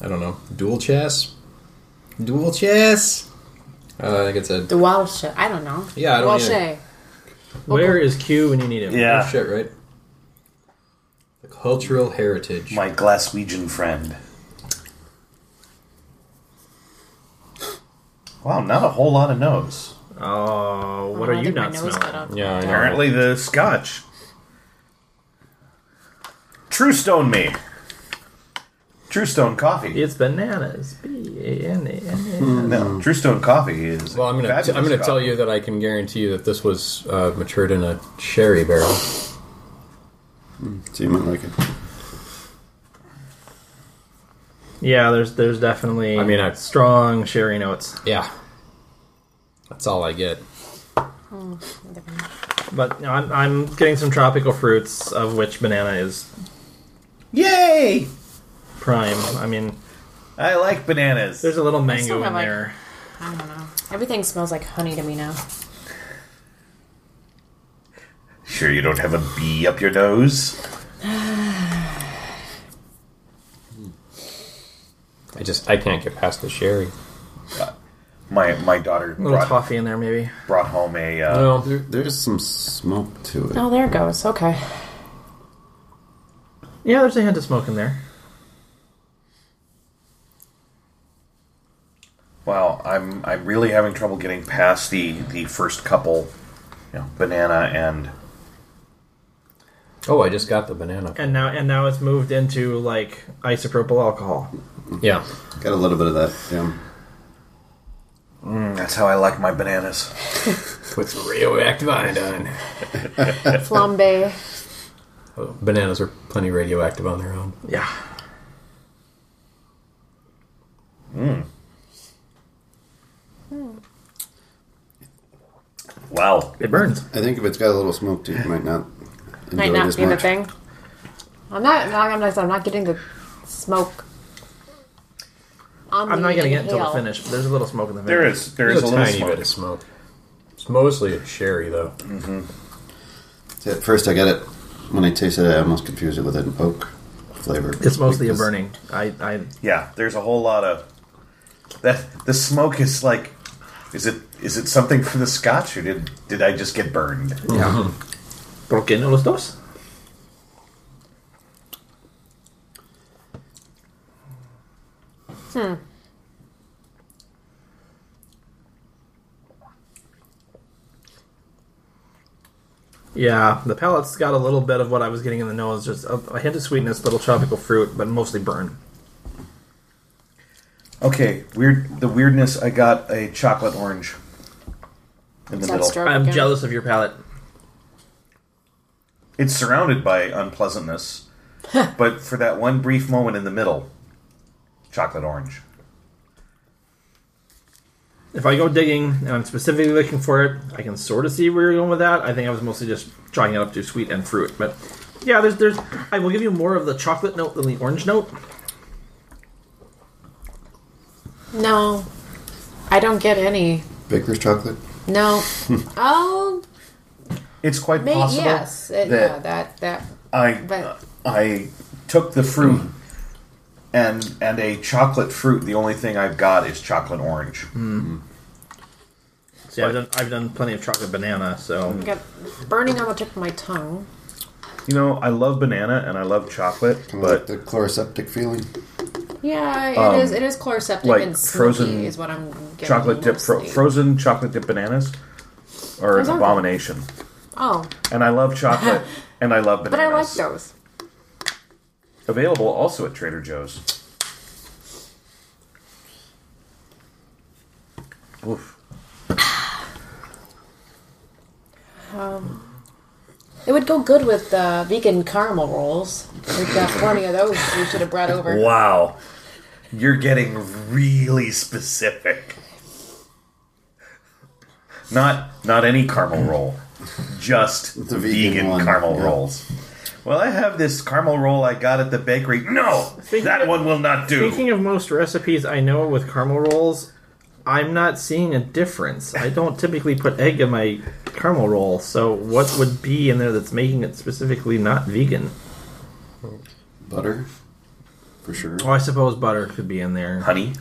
C: I don't know, dual chess? Dual chess? Uh, I think it's a
B: The Welsh. I don't know.
C: Yeah, I don't
B: Welsh.
C: either.
D: Where is Q when you need him?
C: Oh, shit, right? The cultural heritage.
A: my Glaswegian friend. Wow, not a whole lot of nose.
D: Oh, what
B: I
D: are
B: don't
D: you
B: think my
D: not
B: nose got
D: smelling?
B: up.
C: yeah, I know.
A: Apparently, the Scotch. True Stone me. True Stone coffee.
D: It's bananas. B A N A N
A: No, True Stone coffee is.
C: Mm. Well, I'm gonna
A: fabulous
C: I'm gonna tell
A: coffee.
C: you that I can guarantee you that this was uh, matured in a sherry barrel.
E: So you might like it.
D: A. Yeah, there's there's definitely.
C: I mean, I-
D: strong sherry notes,
C: Yeah, that's all I get.
D: but no, I'm, I'm getting some tropical fruits, of which banana is
A: Yay!
D: prime. I mean,
A: I like bananas.
D: there's a little
B: still
D: mango
B: have,
D: in
B: like-
D: there.
B: I don't know. Everything smells like honey to me now.
A: Sure, you don't have a bee up your nose.
C: I just I can't get past the sherry.
A: My my daughter
D: A little
A: brought,
D: toffee in there, maybe.
A: brought home a uh,
C: No,
E: There, there's some smoke to it.
B: Oh, there it goes. Okay.
D: Yeah, there's a hint of smoke in there.
A: Wow, I'm I'm really having trouble getting past the the first couple, you know, banana and
C: oh, I just got the banana.
D: And now and now it's moved into like isopropyl alcohol.
C: Yeah,
E: Got a little bit of that. Yeah.
A: that's how I like my bananas.
C: put some radioactive iodine.
B: Flambe.
C: Oh, bananas are plenty radioactive on their own.
D: Yeah.
A: Wow,
D: It burns.
E: I think if it's got a little smoke to it, you might not enjoy
B: Might not
E: this
B: be the
E: much.
B: thing. I'm not. no, I'm not. I'm not getting the smoke.
D: I'm not gonna get until the finish. But there's a little smoke in the finish.
A: there is there is
C: There's
A: a
C: a,
A: little
C: tiny
A: smoke.
C: bit of smoke. It's mostly a sherry though.
E: At first, I got it. When I tasted it, I almost confused it with an oak flavor.
D: It's mostly a
E: Because-
D: burning. I, I
A: Yeah, there's a whole lot of that. The smoke is like, is it is it something from the Scotch or did did I just get burned?
D: yeah. ¿Por qué no los dos? Yeah, the palate's got a little bit of what I was getting in the nose. Just a, a hint of sweetness, little tropical fruit, but mostly burn.
A: Okay, weird. The weirdness. I got a chocolate orange in the
B: Is that
A: middle.
B: stroke
D: I'm
B: again?
D: jealous of your palate.
A: It's surrounded by unpleasantness, but for that one brief moment in the middle, chocolate orange.
D: If I go digging and I'm specifically looking for it, I can sort of see where you're going with that. I think I was mostly just chalking it up to sweet and fruit, but yeah, there's there's. I will give you more of the chocolate note than the orange note.
B: No, I don't get any.
E: Baker's chocolate.
B: No. oh,
A: It's quite
B: may,
A: possible
B: yes. It,
A: that
B: yeah, that that.
A: I uh,
B: But-
A: I took the fruit and and a chocolate fruit. The only thing I've got is chocolate orange.
D: See, I've done I've done plenty of chocolate banana, so
B: I got burning on the tip of my tongue.
A: You know, I love banana and I love chocolate,
B: Mm.
E: Like
A: but
E: the chloroseptic feeling.
B: Yeah, it is. It is chloroseptic
A: Um, like
B: and smoky
A: frozen
B: is what I'm getting.
A: chocolate dip fro-
B: mostly.
A: frozen chocolate dip bananas are an
B: Those aren't-
A: abomination.
B: Oh,
A: And I love chocolate and I love
B: but I like
A: bananas.
B: those.
A: Available also at Trader Joe's. Oof.
B: It would go good with uh, vegan caramel rolls. We've got plenty of those. We should have brought over.
A: Wow. You're getting really specific. Not not any caramel roll. Just
E: The
A: vegan,
E: Mm. vegan one,
A: caramel
E: yeah.
A: rolls. Well, I have this caramel roll I got at the bakery. No, that one will not do.
D: Speaking of most recipes I know with caramel rolls, I'm not seeing a difference. I don't typically put egg in my caramel roll, so what would be in there that's making it specifically not vegan?
E: Butter. For sure.
D: Well, I suppose butter could be in there.
A: Honey,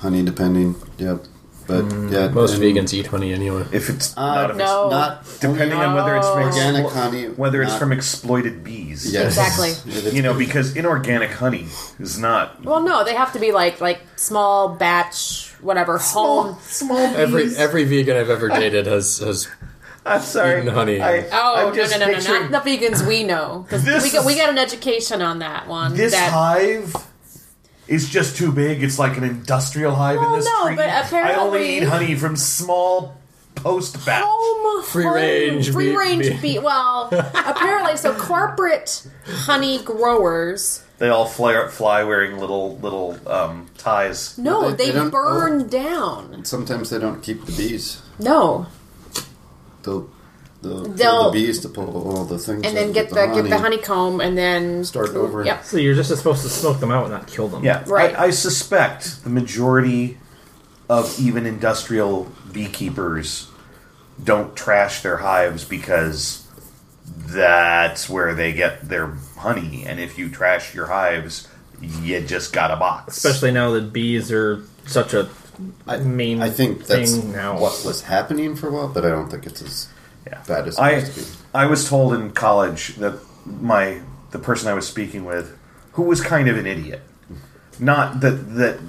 E: Honey depending. Yep. But yeah.
C: Most
E: and-
C: vegans eat honey anyway.
A: if it's
E: Uh,
A: not if it's-
B: No.
E: Not
A: depending on whether it's from
B: No.
E: organic
A: explo-
E: honey.
A: whether it's
E: not-
A: from exploited bees.
E: Yes.
B: Exactly.
E: If it's-
A: You know, because inorganic honey is not
B: Well, no, they have to be like like small batch, whatever home.
A: small
C: Every every vegan I've ever dated has has
A: I'm sorry.
C: Eating honey.
A: I,
B: Oh
A: I'm
B: no
A: just
B: no no no!
A: picturing
B: Not the vegans we know because
A: This
B: we got we
A: is-
B: got an education on that one.
A: This
B: that,
A: hive is just too big. It's like an industrial hive
B: Well,
A: in this
B: no,
A: tree.
B: but
A: I only
B: apparently-
A: eat honey from small post batch.
B: home
C: Free
B: home-
C: range
B: free
C: bee-
B: range
C: bee.
B: bee- Well, apparently, so corporate honey growers.
A: They all fly, fly wearing little little um, ties.
B: No,
E: They-
B: they,
E: they don't-
B: burn down.
E: Sometimes they don't keep the bees.
B: No,
E: They'll, they'll, kill
B: They'll-
E: the bees to pull all the things
B: and
E: out
B: then
E: and
B: get the get the honeycomb and then
E: Start over.
B: Yep.
D: So you're just supposed to smoke them out, not kill them.
A: Yeah,
B: Right.
A: I, I suspect the majority of even industrial beekeepers don't trash their hives because that's where they get their honey. And if you trash your hives, you just got a box.
D: Especially now that bees are such a
E: I
D: main
E: I think that's
D: thing now.
E: what was happening for a while, but I don't think it's as
A: Yeah.
E: bad as it
A: I
E: used to be.
A: I was told in college that my the person I was speaking with, who was kind of an idiot, not that that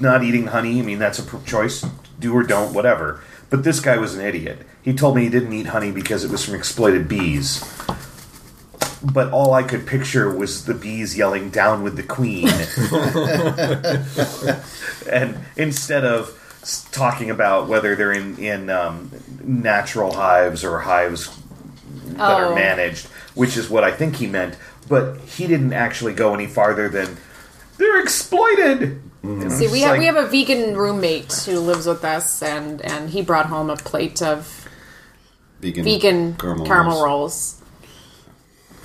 A: not eating honey. I mean, that's a pr- choice, do or don't, whatever. But this guy was an idiot. He told me he didn't eat honey because it was from exploited bees. But all I could picture was the bees yelling "Down with the Queen," and instead of s- talking about whether they're in in um, natural hives or hives that are
B: Oh.
A: managed, which is what I think he meant. But he didn't actually go any farther than they're exploited.
B: See, we
A: It's
B: have
A: like-
B: we have a vegan roommate who lives with us, and and he brought home a plate of
E: Vegan,
B: vegan
E: caramel
B: caramel, rolls.
E: rolls.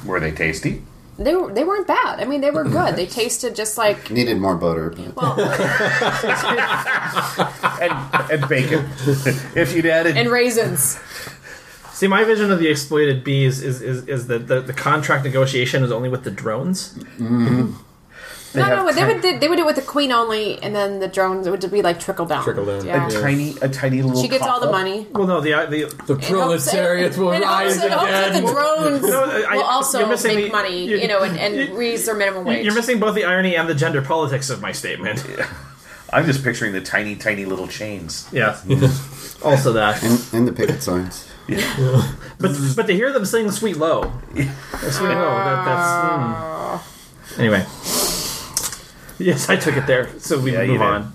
A: Were they tasty?
B: They were they weren't bad. I mean, they were good. They tasted just like
E: Needed more butter, but
B: well,
A: And, and bacon. if you'd added,
B: and raisins.
D: See, my vision of the exploited bees is is, is that the, the contract negotiation is only with the drones.
A: They
B: no,
A: have
B: no, they
A: tiny-
B: would they, they would do it with the queen only, and then the drones it would be like trickle down.
C: Trickle down.
B: Yeah.
A: a tiny, a tiny little.
B: She gets all the
A: cockle.
B: money.
D: Well, no, the uh, the
C: The
B: It hopes-
C: proletariat
B: it-
C: will
B: it hopes-
C: rise
B: it hopes that
C: again.
B: The drones
D: I-
B: will
D: you're
B: also make
D: missing the-
B: money,
D: you-
B: you, know, and, and raise their minimum wage.
D: You're missing both the irony and the gender politics of my statement.
A: I'm just picturing the tiny, tiny little chains.
D: Yeah. also that.
E: And, and the picket signs.
D: But but to hear them sing "Sweet Low," "Sweet Low," that, that's hmm. anyway. Yes, I took it there, so we
A: Yeah, you
D: move
A: did.
D: on.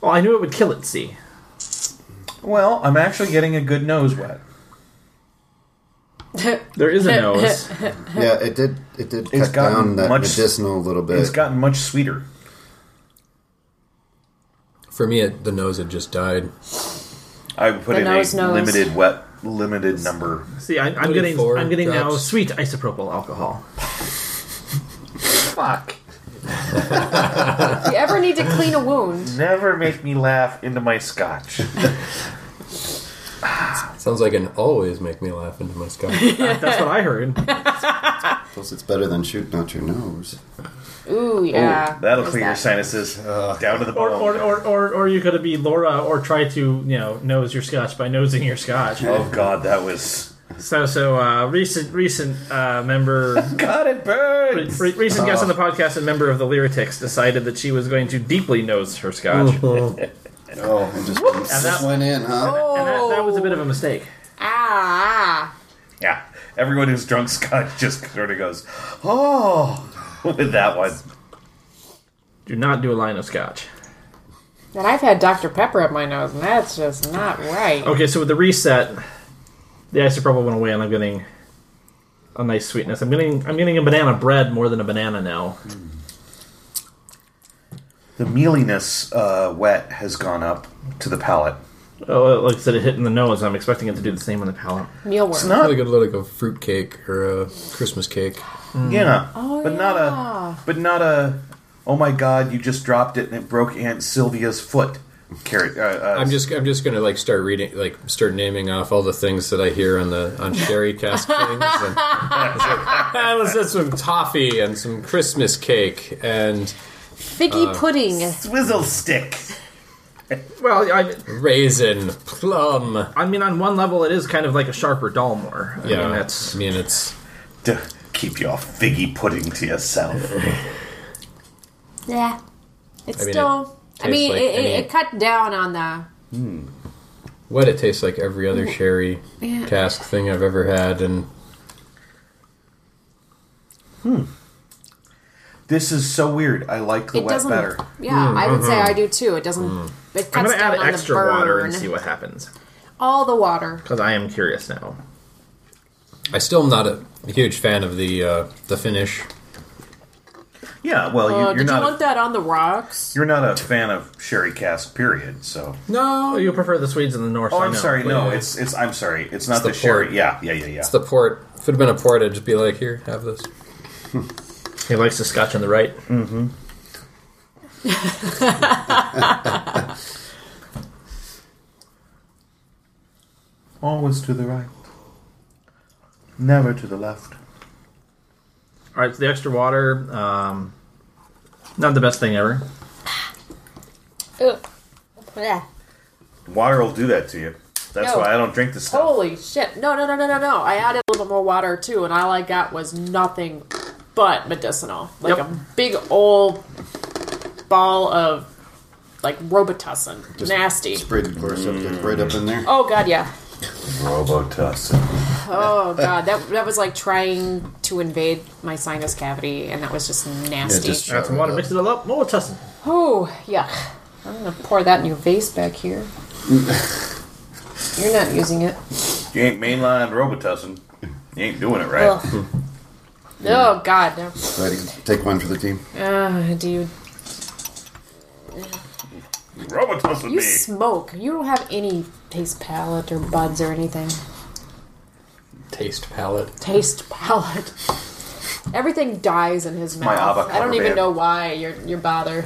D: Well, I knew it would kill it. See,
A: Well, I'm actually getting a good nose wet.
D: there is a nose.
E: Yeah, it did. It did
A: It's
E: cut
A: gotten
E: down that
A: much-
E: medicinal a little bit.
A: It's gotten much sweeter.
C: For me, it, the nose had just died.
A: I would put
B: The
A: in
B: nose
A: a
B: knows.
A: limited wet, limited number.
D: See, I, I'm
C: Only
D: getting
C: four
D: I'm getting now
C: drops.
D: sweet isopropyl alcohol.
A: Fuck!
B: If you ever need to clean a wound,
A: Never make me laugh into my scotch.
C: Sounds like an always make me laugh into my skull.
D: That's what I heard.
E: Plus, it's better than shooting out your nose.
B: ooh yeah,
A: That'll
B: There's
A: clear your
B: that.
A: sinuses down to the
D: Or
A: bone.
D: or, or, or or you could be Laura, or try to you know nose your scotch by nosing your scotch.
A: oh God, that was.
D: So so uh, recent recent uh, member
A: God, it
D: Re-
A: burns.
D: re- recent guest on the podcast and member of the Lyritix decided that she was going to deeply nose her scotch. and
E: Oh, and just, went,
D: that-
E: just went in,
B: Oh,
E: huh?
D: that, that was a bit of a mistake.
B: Ah,
A: Yeah, everyone who's drunk scotch just sort of goes, oh, with that one.
D: Do not do a line of scotch.
B: and I've had Dr Pepper up my nose, and that's just not right.
D: Okay, so with the reset, the isopropyl went away, and I'm getting a nice sweetness. I'm getting I'm getting a banana bread more than a banana now.
A: The mealiness uh, wet has gone up to the palate.
D: Oh, like I said, it hit in the nose. I'm expecting it to do the same on the palate.
B: Mealworm.
A: Not,
C: Really good, like a fruit cake or a Christmas cake.
A: yeah,
B: Oh,
A: but not
B: yeah.
A: a, but not a. Oh my God! You just dropped it and it broke Aunt Sylvia's foot. Carrot. Uh, uh,
C: I'm just, I'm just gonna like start reading, like start naming off all the things that I hear on the on Sherry Cast things. And I was like, "Ah, let's have some toffee and some Christmas cake and
B: Figgy pudding.
A: swizzle stick.
D: Well, I,
C: raisin, plum.
D: I mean, on one level, it is kind of like a sharper Dalmore. I
C: Yeah,
D: mean, that's
C: I mean, it's
A: Duh, keep your figgy pudding to yourself.
B: Yeah, it's
C: I mean,
B: still.
C: it
B: I mean,
C: tastes
B: it,
C: like
B: it,
C: any-
B: it cut down on the.
C: what it tastes like every other Sherry
B: Yeah.
C: Cask thing I've ever had, and
A: This is so weird. I like the
B: It
A: wet
B: doesn't.
A: better.
B: Yeah, I would say I do too. It doesn't. It cuts
D: I'm gonna
B: down
D: add
B: on
D: extra
B: the burn.
D: water and see what happens
B: All the water.
D: because I am curious now.
C: I still am not a huge fan of the uh, the finish.
A: Yeah, well, you,
B: Uh,
A: you're
B: did you
A: not.
B: want
A: a,
B: that on the rocks?
A: you're not a fan of sherry cask, period. So.
C: No,
D: Oh, you prefer the Swedes in the north?
A: Oh,
D: I
A: I'm
D: know.
A: sorry. No,
C: yeah.
A: it's it's. I'm sorry. It's not
C: the
A: the, sherry.
C: port.
A: Yeah, yeah, yeah, yeah.
C: It's the port. If it had been a port, I'd just be like, here, have this.
D: He likes the scotch on the right.
A: Always to the right, never to the left.
D: All right, so the extra water, um, not the best thing ever.
B: Ugh. Yeah.
A: Water will do that to you. That's
B: No.
A: why I don't drink this stuff.
B: Holy shit! No, no, no, no, no, no. I added a little bit more water too, and all I got was nothing but medicinal, like
D: Yep.
B: a big old ball of like Robitussin. Nasty.
E: Sprayed the course up, like, right up in there.
B: Oh god, yeah.
A: Robotussin.
B: Oh god, that that was like trying to invade my sinus cavity, and that was just nasty.
E: just-
D: Add some water, mix it all up. Oh, Tussin.
B: Oh, yuck. I'm gonna pour that in your vase back here. You're not using it.
A: You ain't mainline Robitussin. You ain't doing it right.
B: Ugh. Oh god. no.
E: Ready? Take one for the team.
B: Ah, dude.
A: Robitussin
B: You
A: me.
B: smoke. You don't have any taste palate or buds or anything.
C: Taste palette.
B: Taste palate. Everything dies in his
A: My
B: mouth.
A: avocado
B: I don't even
A: man.
B: know why you're you're bothered.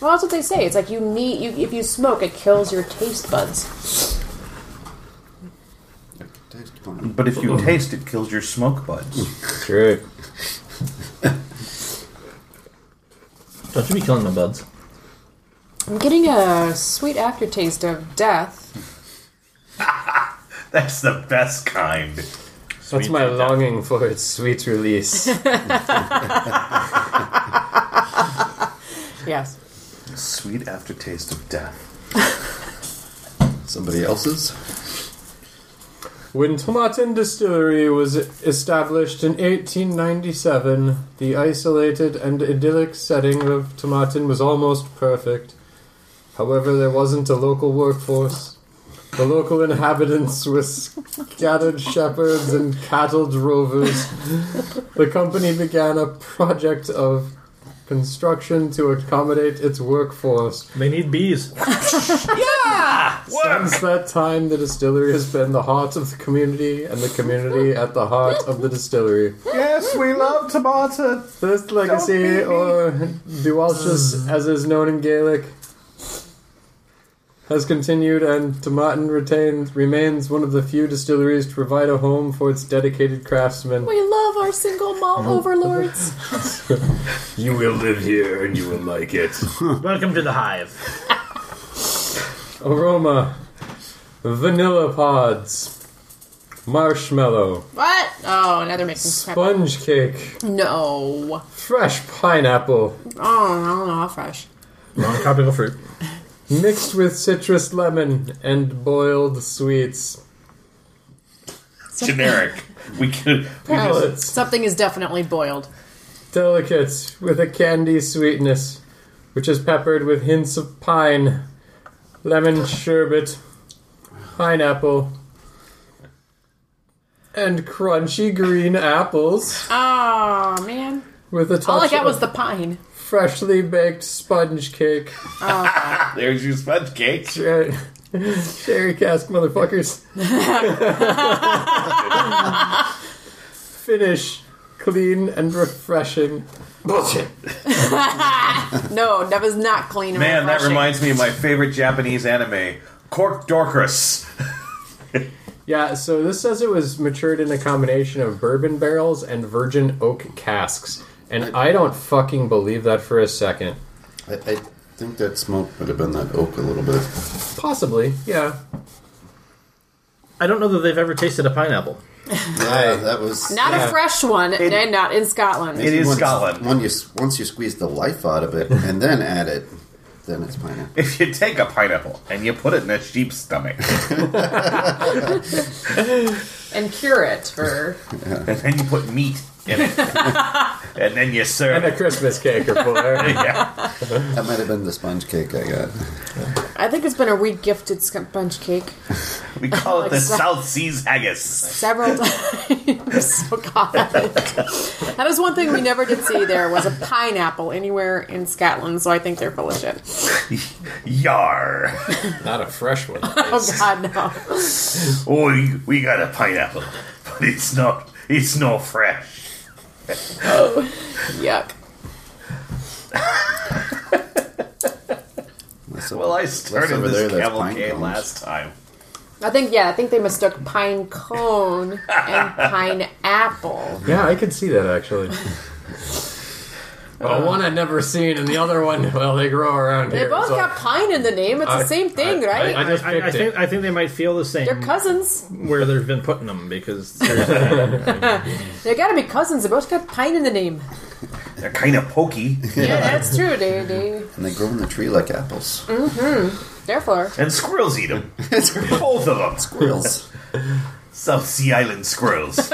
B: Well, that's what they say. It's like you need you if you smoke, it kills your taste buds.
E: Taste one.
A: but if you taste, it kills your smoke buds.
C: True.
G: Don't you be killing my buds.
B: I'm getting a sweet aftertaste of death.
A: That's the best kind.
C: That's my longing for its sweet release.
B: Yes.
A: Sweet aftertaste of death.
E: Somebody else's?
C: When Tomaten Distillery was established in 1897, the isolated and idyllic setting of Tomaten was almost perfect. However, there wasn't a local workforce. The local inhabitants were scattered shepherds and cattle drovers. The company began a project of construction to accommodate its workforce,
D: They need bees.
C: Since that time, the distillery has been the heart of the community, and the community at the heart of the distillery.
A: Yes, we love tomato.
C: This legacy, or Dualchus as is known in Gaelic, has continued, and Tomaten retained, remains one of the few distilleries to provide a home for its dedicated craftsmen.
B: We love our single
A: Mm-hmm.
B: malt overlords.
F: You will live here and you will like it.
D: Welcome to the hive.
C: Aroma vanilla pods, marshmallow,
B: What? Oh, now they're making crap.
C: sponge cake,
B: No.
C: fresh pineapple.
B: Oh, no, no, fresh.
D: Non tropical fruit.
C: mixed with citrus lemon and boiled sweets.
A: Generic. We could. We just,
C: Palates
B: Something is definitely boiled.
C: delicate with a candy sweetness, which is peppered with hints of pine, lemon sherbet, pineapple, and crunchy green apples
B: Oh, man.
C: with a touch
B: All I got
C: of
B: was the pine.
C: freshly baked sponge cake.
A: there's your sponge cake.
C: Right. Sherry cask motherfuckers. Finish clean and refreshing.
A: Bullshit.
B: No, that was not clean. and
A: Man, that
B: refreshing.
A: reminds me of my favorite Japanese anime, Cork Dorcas.
C: Yeah, so this says it was matured in a combination of bourbon barrels and virgin oak casks. And I don't fucking believe that for a second.
E: I, I think that smoke would have been that oak a little bit.
C: Possibly, yeah.
D: I don't know that they've ever tasted a pineapple.
E: Yeah, that was.
B: Not
C: Yeah.
B: a fresh one, and not in Scotland.
A: It is
E: once,
A: Scotland.
E: When you, once you squeeze the life out of it and then add it, then it's pineapple.
A: If you take a pineapple and you put it in a sheep's stomach,
B: and cure it for.
A: and then you put meat in it, and then you serve
C: And a
A: it.
C: Christmas cake or four.
A: Yeah.
E: That might have been the sponge cake I got.
B: I think it's been a regifted sponge cake
A: We call it the
B: Exactly.
A: South Seas haggis.
B: several times. oh God, that is one thing we never did see. There was a pineapple anywhere in Scotland, so I think they're full of shit.
A: Yar.
F: Not a fresh one.
B: Oh God, no.
A: Oh, we- we got a pineapple, but it's not. It's not fresh.
B: Yuck.
A: Well, I started
E: over there,
A: this
E: that's pine
A: cavalcade
E: cones.
A: last time.
B: I think yeah, I think they mistook pine cone and pineapple.
C: yeah, I could see that actually. Well, one I'd never seen, and the other one, well, they grow around
B: They
C: here.
B: both
C: so-
B: got pine in the name. It's
C: I-
B: the same thing,
C: I-
B: right?
C: I, I just
D: I,
C: picked
D: I
C: it.
D: think I think they might feel the same
B: they're cousins.
D: where they've been putting them because there's
B: They gotta be cousins. They both got pine in the name.
A: They're kind of pokey
B: Yeah, that's true. They, they,
E: And they grow in the tree like apples.
B: therefore,
A: and squirrels eat them. Both of them.
E: Squirrels.
A: South Sea Island squirrels.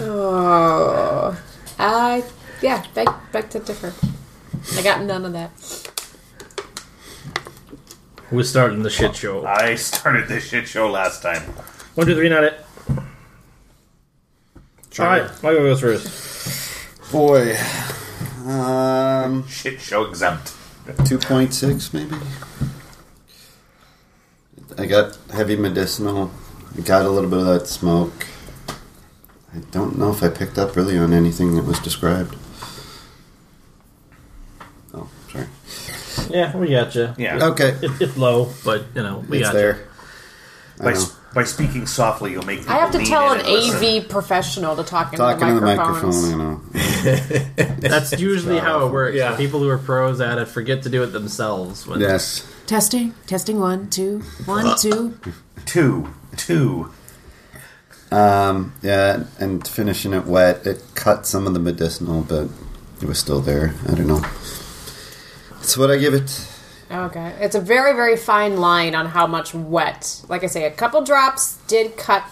B: oh, I yeah, beg, beg to differ. I got none of that.
D: we're starting the shit show.
A: I started this shit show last time.
D: One, two, three, not it. All right, Michael goes first.
E: Boy. Um,
A: Shit show exempt.
E: 2.6 maybe? I got heavy medicinal. I got a little bit of that smoke. I don't know if I picked up really on anything that was described. Oh, sorry.
D: Yeah, we got you.
A: Yeah.
E: Okay.
D: It, it's low, but you know we
E: it's
D: got you.
E: there.
A: By,
E: know.
A: s- by speaking softly, you'll make.
B: I have to
A: people
B: tell
A: lean in
B: an
A: and listen.
B: AV professional to talk into
E: Talking to
B: the
E: the
B: microphones.
E: microphone, you know.
D: That's usually how it works.
F: Yeah.
D: The people who are pros at it forget to do it themselves. When
E: Yes.
B: Testing, testing. One, two, one, two.
A: Two. Two.
E: Um, yeah, and finishing it wet, it cut some of the medicinal, but it was still there. I don't know. That's what I give it.
B: Okay, it's a very, very fine line on how much wet. Like I say, a couple drops did cut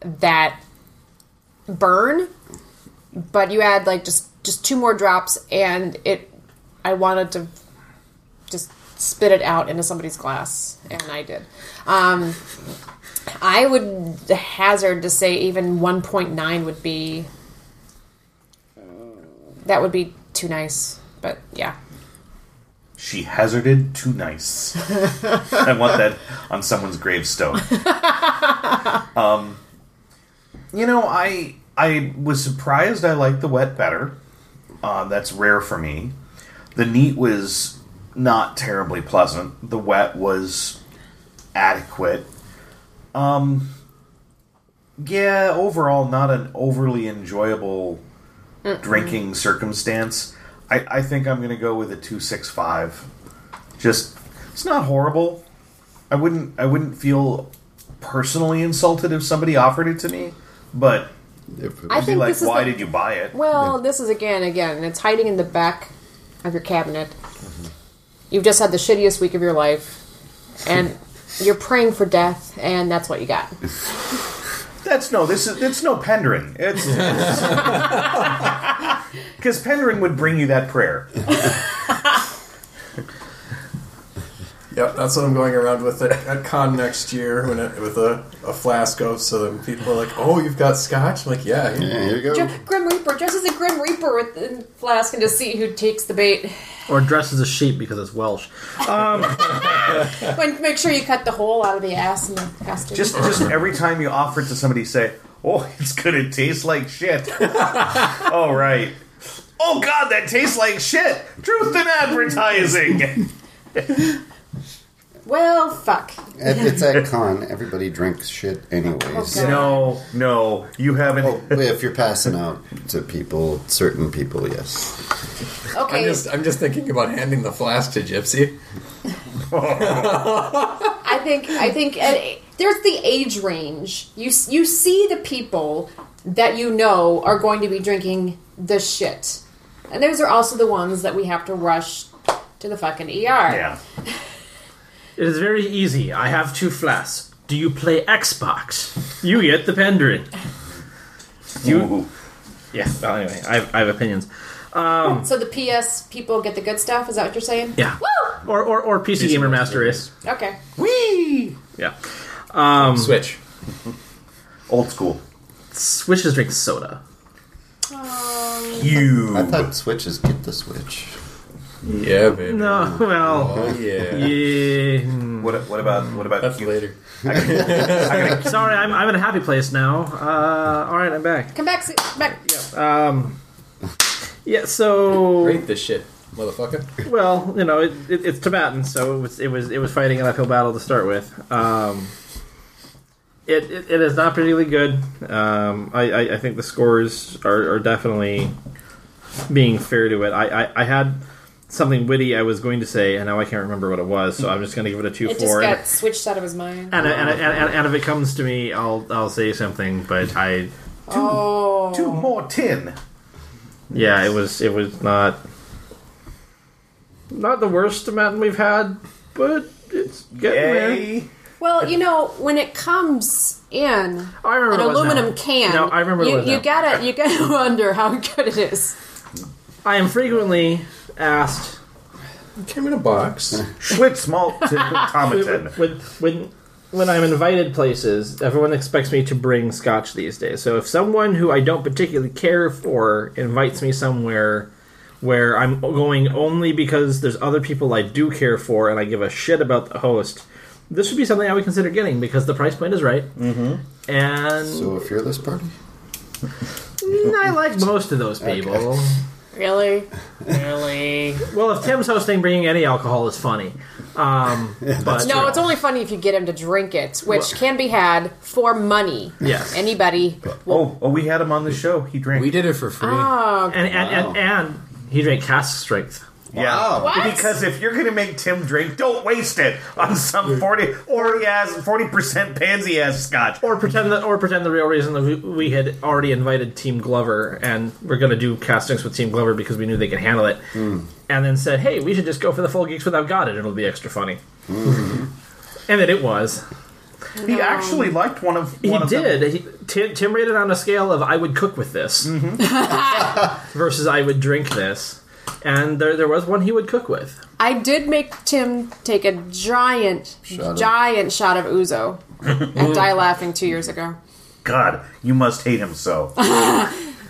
B: that burn, but you add like just just two more drops, and it. I wanted to just spit it out into somebody's glass, and I did. Um, I would hazard to say even one point nine would be. That would be too nice, but yeah.
A: She hazarded too nice. I want that on someone's gravestone. um, you know, I I was surprised I liked the wet better. Uh, that's rare for me. The neat was not terribly pleasant. The wet was adequate. Um, yeah, overall, not an overly enjoyable drinking circumstance. I, I think I'm going to go with a two six five. Just it's not horrible. I wouldn't I wouldn't feel personally insulted if somebody offered it to me, but
B: I
A: be
B: think
A: like,
B: this is
A: why
B: the-
A: did you buy it?
B: Well, this is again, again, it's hiding in the back of your cabinet. You've just had the shittiest week of your life, and you're praying for death, and that's what you got.
A: That's no. This is it's no Pendrin. It's because Pendrin would bring you that prayer.
G: Yep, that's what I'm going around with at, at con next year when it, with a, a flask of so that people are like, "Oh, you've got scotch." I'm like, yeah, here-
E: Yeah, here you go.
B: Grim Reaper, just as a Grim Reaper with the flask, and to see who takes the bait.
D: or dress as a sheep because it's Welsh.
B: When, make sure you cut the hole out of the ass and the costume.
A: Just just every time you offer it to somebody, say, "Oh, it's gonna taste like shit." oh right. Oh god, that tastes like shit. Truth in advertising.
B: well, fuck.
E: It- It's at con. Everybody drinks shit anyways.
B: Okay.
A: no, no, you haven't.
E: If you're passing out to people, certain people, yes.
B: Okay,
F: I'm just, I'm just thinking about handing the flask to Gypsy.
B: I think I think uh, there's the age range. You s- you see the people that you know are going to be drinking the shit, and those are also the ones that we have to rush to the fucking ER.
A: Yeah.
D: It is very easy. I have two flasks. Do you play Xbox? You get the Pendrin.
A: You.
D: Yeah. Well, anyway, I have, I have opinions.
B: So the PS people get the good stuff. Is that what you're saying?
D: Yeah.
B: Woo!
D: Or or, or PC, Gamer Master Race.
B: Okay.
A: Wee.
D: Yeah.
F: Switch.
A: Old school.
D: Switches drink soda.
A: You.
E: I thought switches get the switch.
F: Yeah, baby.
D: No. Well.
F: Oh, yeah.
D: Yeah. hmm.
A: What, what about what about
F: That's
A: you?
F: later.
D: Sorry, I'm, I'm in a happy place now. Uh, all right, I'm back.
B: Come back. si- back.
D: Yeah. So.
F: Rate this shit, motherfucker.
D: Well, you know, it, it, it's Tibetan, so it was it was it was fighting an uphill battle to start with. Um, it, it it is not particularly good. Um, I, I I think the scores are, are definitely being fair to it. I, I I had something witty I was going to say, and now I can't remember what it was, so I'm just going to give it a two
B: It just
D: four. and-
B: got switched out of his mind.
D: and, and, and, and, and if it comes to me, I'll I'll say something. But I,
B: Oh.
A: Two more tin.
D: yeah, it was it was not not the worst Tibetan we've had, but it's getting there.
A: Yay.
B: Well, you know, when it comes in
D: Oh, I remember
B: an
D: it was
B: aluminum
D: now.
B: can,
D: No, I remember it
B: you,
D: was
B: you
D: now.
B: gotta you gotta wonder how good it is.
D: I am frequently asked
F: It came in a box.
A: Schwitz malt automaton.
D: when when when I'm invited places, everyone expects me to bring scotch these days. So if someone who I don't particularly care for invites me somewhere where I'm going only because there's other people I do care for and I give a shit about the host, this would be something I would consider getting because the price point is right. Mm-hmm. And
E: So a fearless party.
D: I like most of those people.
B: Really?
H: Really?
D: Well, if Tim's hosting, bringing any alcohol is funny. Um, but
B: No, it's only funny if you get him to drink it, which can be had for money.
D: Yes.
B: Anybody.
A: Oh, oh, we had him on the show. He drank.
C: We did it for free.
B: Oh,
D: and, and, and, and he drank cast strength.
A: yeah.
B: What?
A: Because if you're gonna make Tim drink, don't waste it on some forty or he has forty percent pansy ass scotch.
D: Or pretend that, or pretend the real reason that we, we had already invited Team Glover and we're going to do castings with Team Glover because we knew they could handle it, and then said, "Hey, we should just go for the full Geeks Without God, and it'll be extra funny." and then it was.
A: He actually liked one of.
D: He
A: One of them.
D: did. He, Tim, Tim rated on a scale of "I would cook with this" versus "I would drink this," and there there was one he would cook with.
B: I did make Tim take a giant,
E: Shot of-
B: giant shot of Uzo and die laughing two years ago.
A: God, you must hate him so.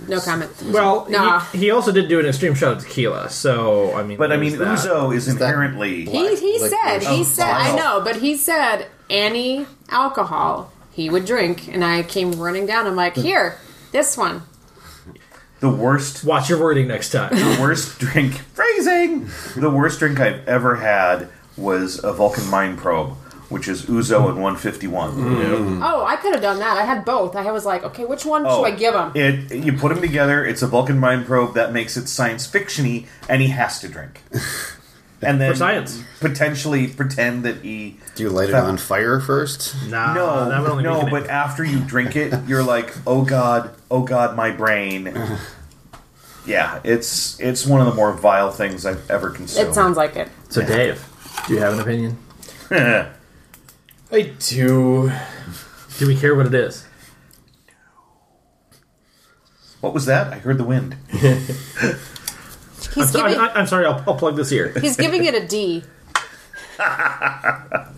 B: No comment.
D: Well,
B: Nah.
D: he, he also did do an extreme shot of tequila, so I mean,
A: But I
D: there's
A: mean,
D: that.
A: Uzo is inherently.
B: He, he
E: Like
B: said,
E: this.
B: he
E: Oh,
B: said, I know, but he said any alcohol he would drink. And I came running down. I'm like, here, this one.
A: the worst
D: Watch your wording next time.
A: the worst drink phrasing the worst drink i've ever had was a vulcan mind probe which is uzo and 151
D: Mm.
B: Oh, I could have done that. I had both. I was like, okay, which one
A: Oh,
B: should I give him?
A: it you put them together it's a vulcan mind probe that makes it science fictiony and he has to drink and then
D: For science.
A: potentially pretend that he
E: Do you light it on fire first?
D: nah,
A: no,
D: Ah, that would only
A: no,
D: make it-
A: but after you drink it, you're like, oh god, oh god, my brain. yeah, it's it's one of the more vile things I've ever consumed.
B: It sounds like it.
D: So, Dave, do you have an opinion?
F: I do.
D: Do we care what it is?
A: What was that? I heard the wind.
B: He's
D: So I'm,
B: giving,
D: I- I'm sorry, I'll, I'll plug this here.
B: he's giving it a D.
C: Uh,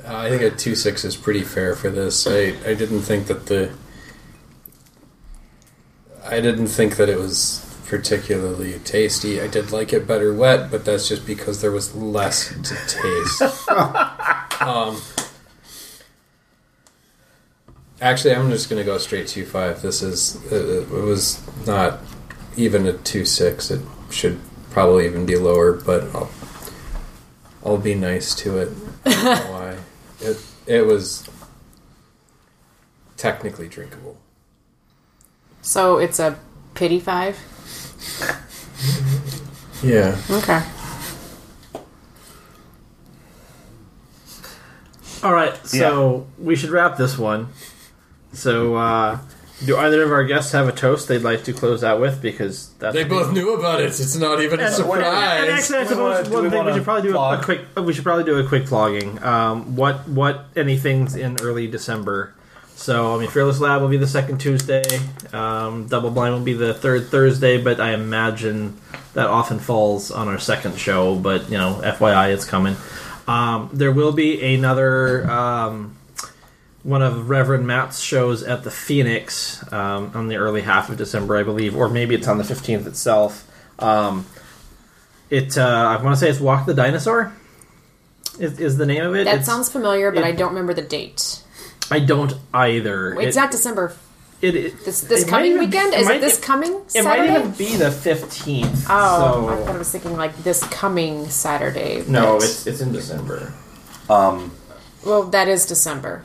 C: I think a two six is pretty fair for this. I I didn't think that the I didn't think that it was particularly tasty. I did like it better wet, but that's just because there was less to taste. um, actually, I'm just gonna go straight two five. This is uh, it, it was not even a two six. It should probably even be lower, but I'll I'll be nice to it. I don't know why. It it was technically drinkable.
B: So it's a pity five.
C: Yeah.
B: Okay.
D: All right, so we should wrap this one. So, uh, do either of our guests have a toast they'd like to close out with? Because that's
F: They both knew about it. It's not even a
D: And- And
F: surprise.
D: actually, I
A: Do we wanna-
D: suppose
A: do
D: one
A: we
D: thing we
A: wanna
D: should probably do a, a
A: vlog?
D: quick. We should probably do a quick vlogging. Um, what what anything's in early December. So I mean, Fearless Lab will be the second Tuesday. Um, Double Blind will be the third Thursday. But I imagine that often falls on our second show. But you know, FYI, it's coming. Um, there will be another. Um, one of Reverend Matt's shows at the Phoenix um, on the early half of December, I believe, or maybe it's on the 15th itself. Um, it, uh, I want to say it's Walk the Dinosaur. Is, is the name of it?
B: That
D: It's-
B: sounds familiar, but
D: it-
B: I don't remember the date.
D: I don't either.
B: It's
D: It-
B: not December.
D: It, it,
B: This this
D: it might
B: coming
D: even-
B: weekend? Is
D: might
B: it this
D: e-
B: coming
D: It
B: Saturday?
D: might even be the 15th.
B: oh, I
D: so-
B: thought I was thinking like this coming Saturday.
D: no,
B: but-
D: it's it's in December,
A: Um,
B: well, that is December.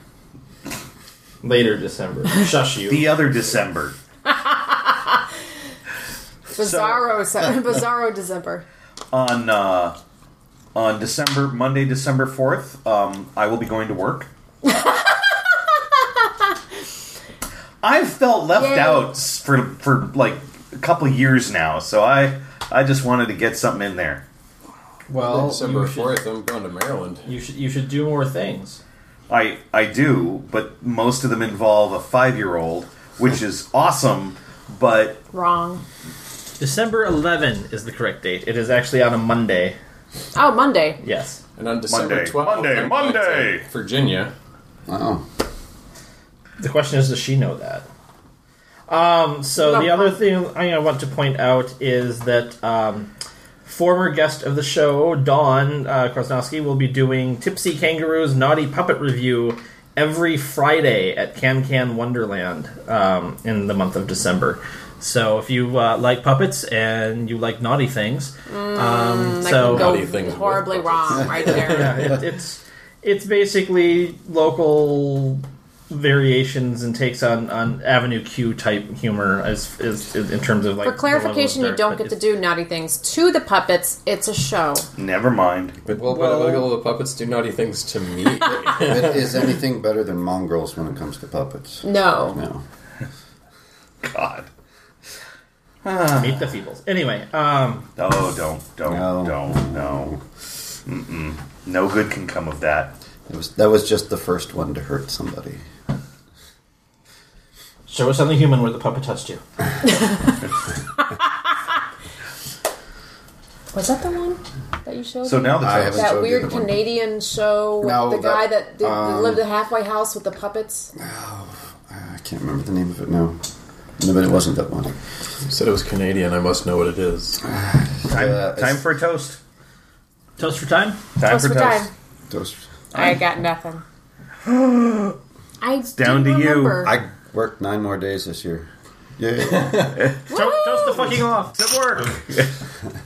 D: later December. Shush you.
A: The other December.
B: Bizarro, Sa- Bizarro December.
A: On uh, on December Monday, December fourth, um, I will be going to work. I've felt left
B: Yay.
A: out for for like a couple of years now, so I I just wanted to get something in there.
F: Well, December
D: you should-
F: fourth, I'm going to Maryland.
D: You should you should do more things.
A: I I do, but most of them involve a five year old, which is awesome. But
B: Wrong.
D: December 11 is the correct date. It is actually on a Monday.
B: Oh, Monday.
D: Yes.
F: And on December
A: Monday,
F: 12th,
A: Monday,
F: I'm going to
A: Monday!
F: Virginia.
E: Wow.
D: The question is, does she know that? Um, so the other thing I want to point out is that um, former guest of the show, Dawn uh, Krasnowski, will be doing Tipsy Kangaroo's Naughty Puppet Review every Friday at Can Can Wonderland um, in the month of December. So if you uh, like puppets and you like naughty things, um, so
F: How do you think
B: go
F: it
B: horribly
F: works?
B: wrong right there.
D: yeah, it, it's it's basically local variations and takes on, on Avenue Q type humor as, as, in terms of like
B: For
D: the level of
B: clarification, you
D: dark,
B: don't get
D: but
B: to
D: it's-
B: do naughty things to the puppets. It's a show.
A: Never mind.
F: But well, but all the puppets do naughty things to me.
E: But is anything better than mongrels when it comes to puppets?
B: No.
E: No.
A: God.
D: meet the Feebles. Anyway, um,
A: Oh, don't, don't,
E: No.
A: don't, no. Mm-mm. No good can come of that.
E: It was, that was just the first one to hurt somebody.
D: show us something human where the puppet touched you.
B: Was that the one that you showed?
A: So
B: me?
A: now the
E: I
A: test.
E: haven't
B: that
E: showed you
B: weird
E: the one.
B: Canadian show with
E: No,
B: the
E: that-
B: guy that, um, did, lived in a halfway house with the puppets.
E: I can't remember the name of it now. No, but it wasn't that one.
F: You said it was Canadian. I must know what it is.
A: Time,
E: Yeah, it's-
A: time for a toast.
D: Toast for time.
A: Uh, Time
B: Close
A: for
B: for
A: toast.
B: time.
E: Those,
B: I got nothing. I
A: down
B: do
A: to you.
B: remember.
E: I worked nine more days this year. Yeah.
D: To- toast the fucking off. It worked.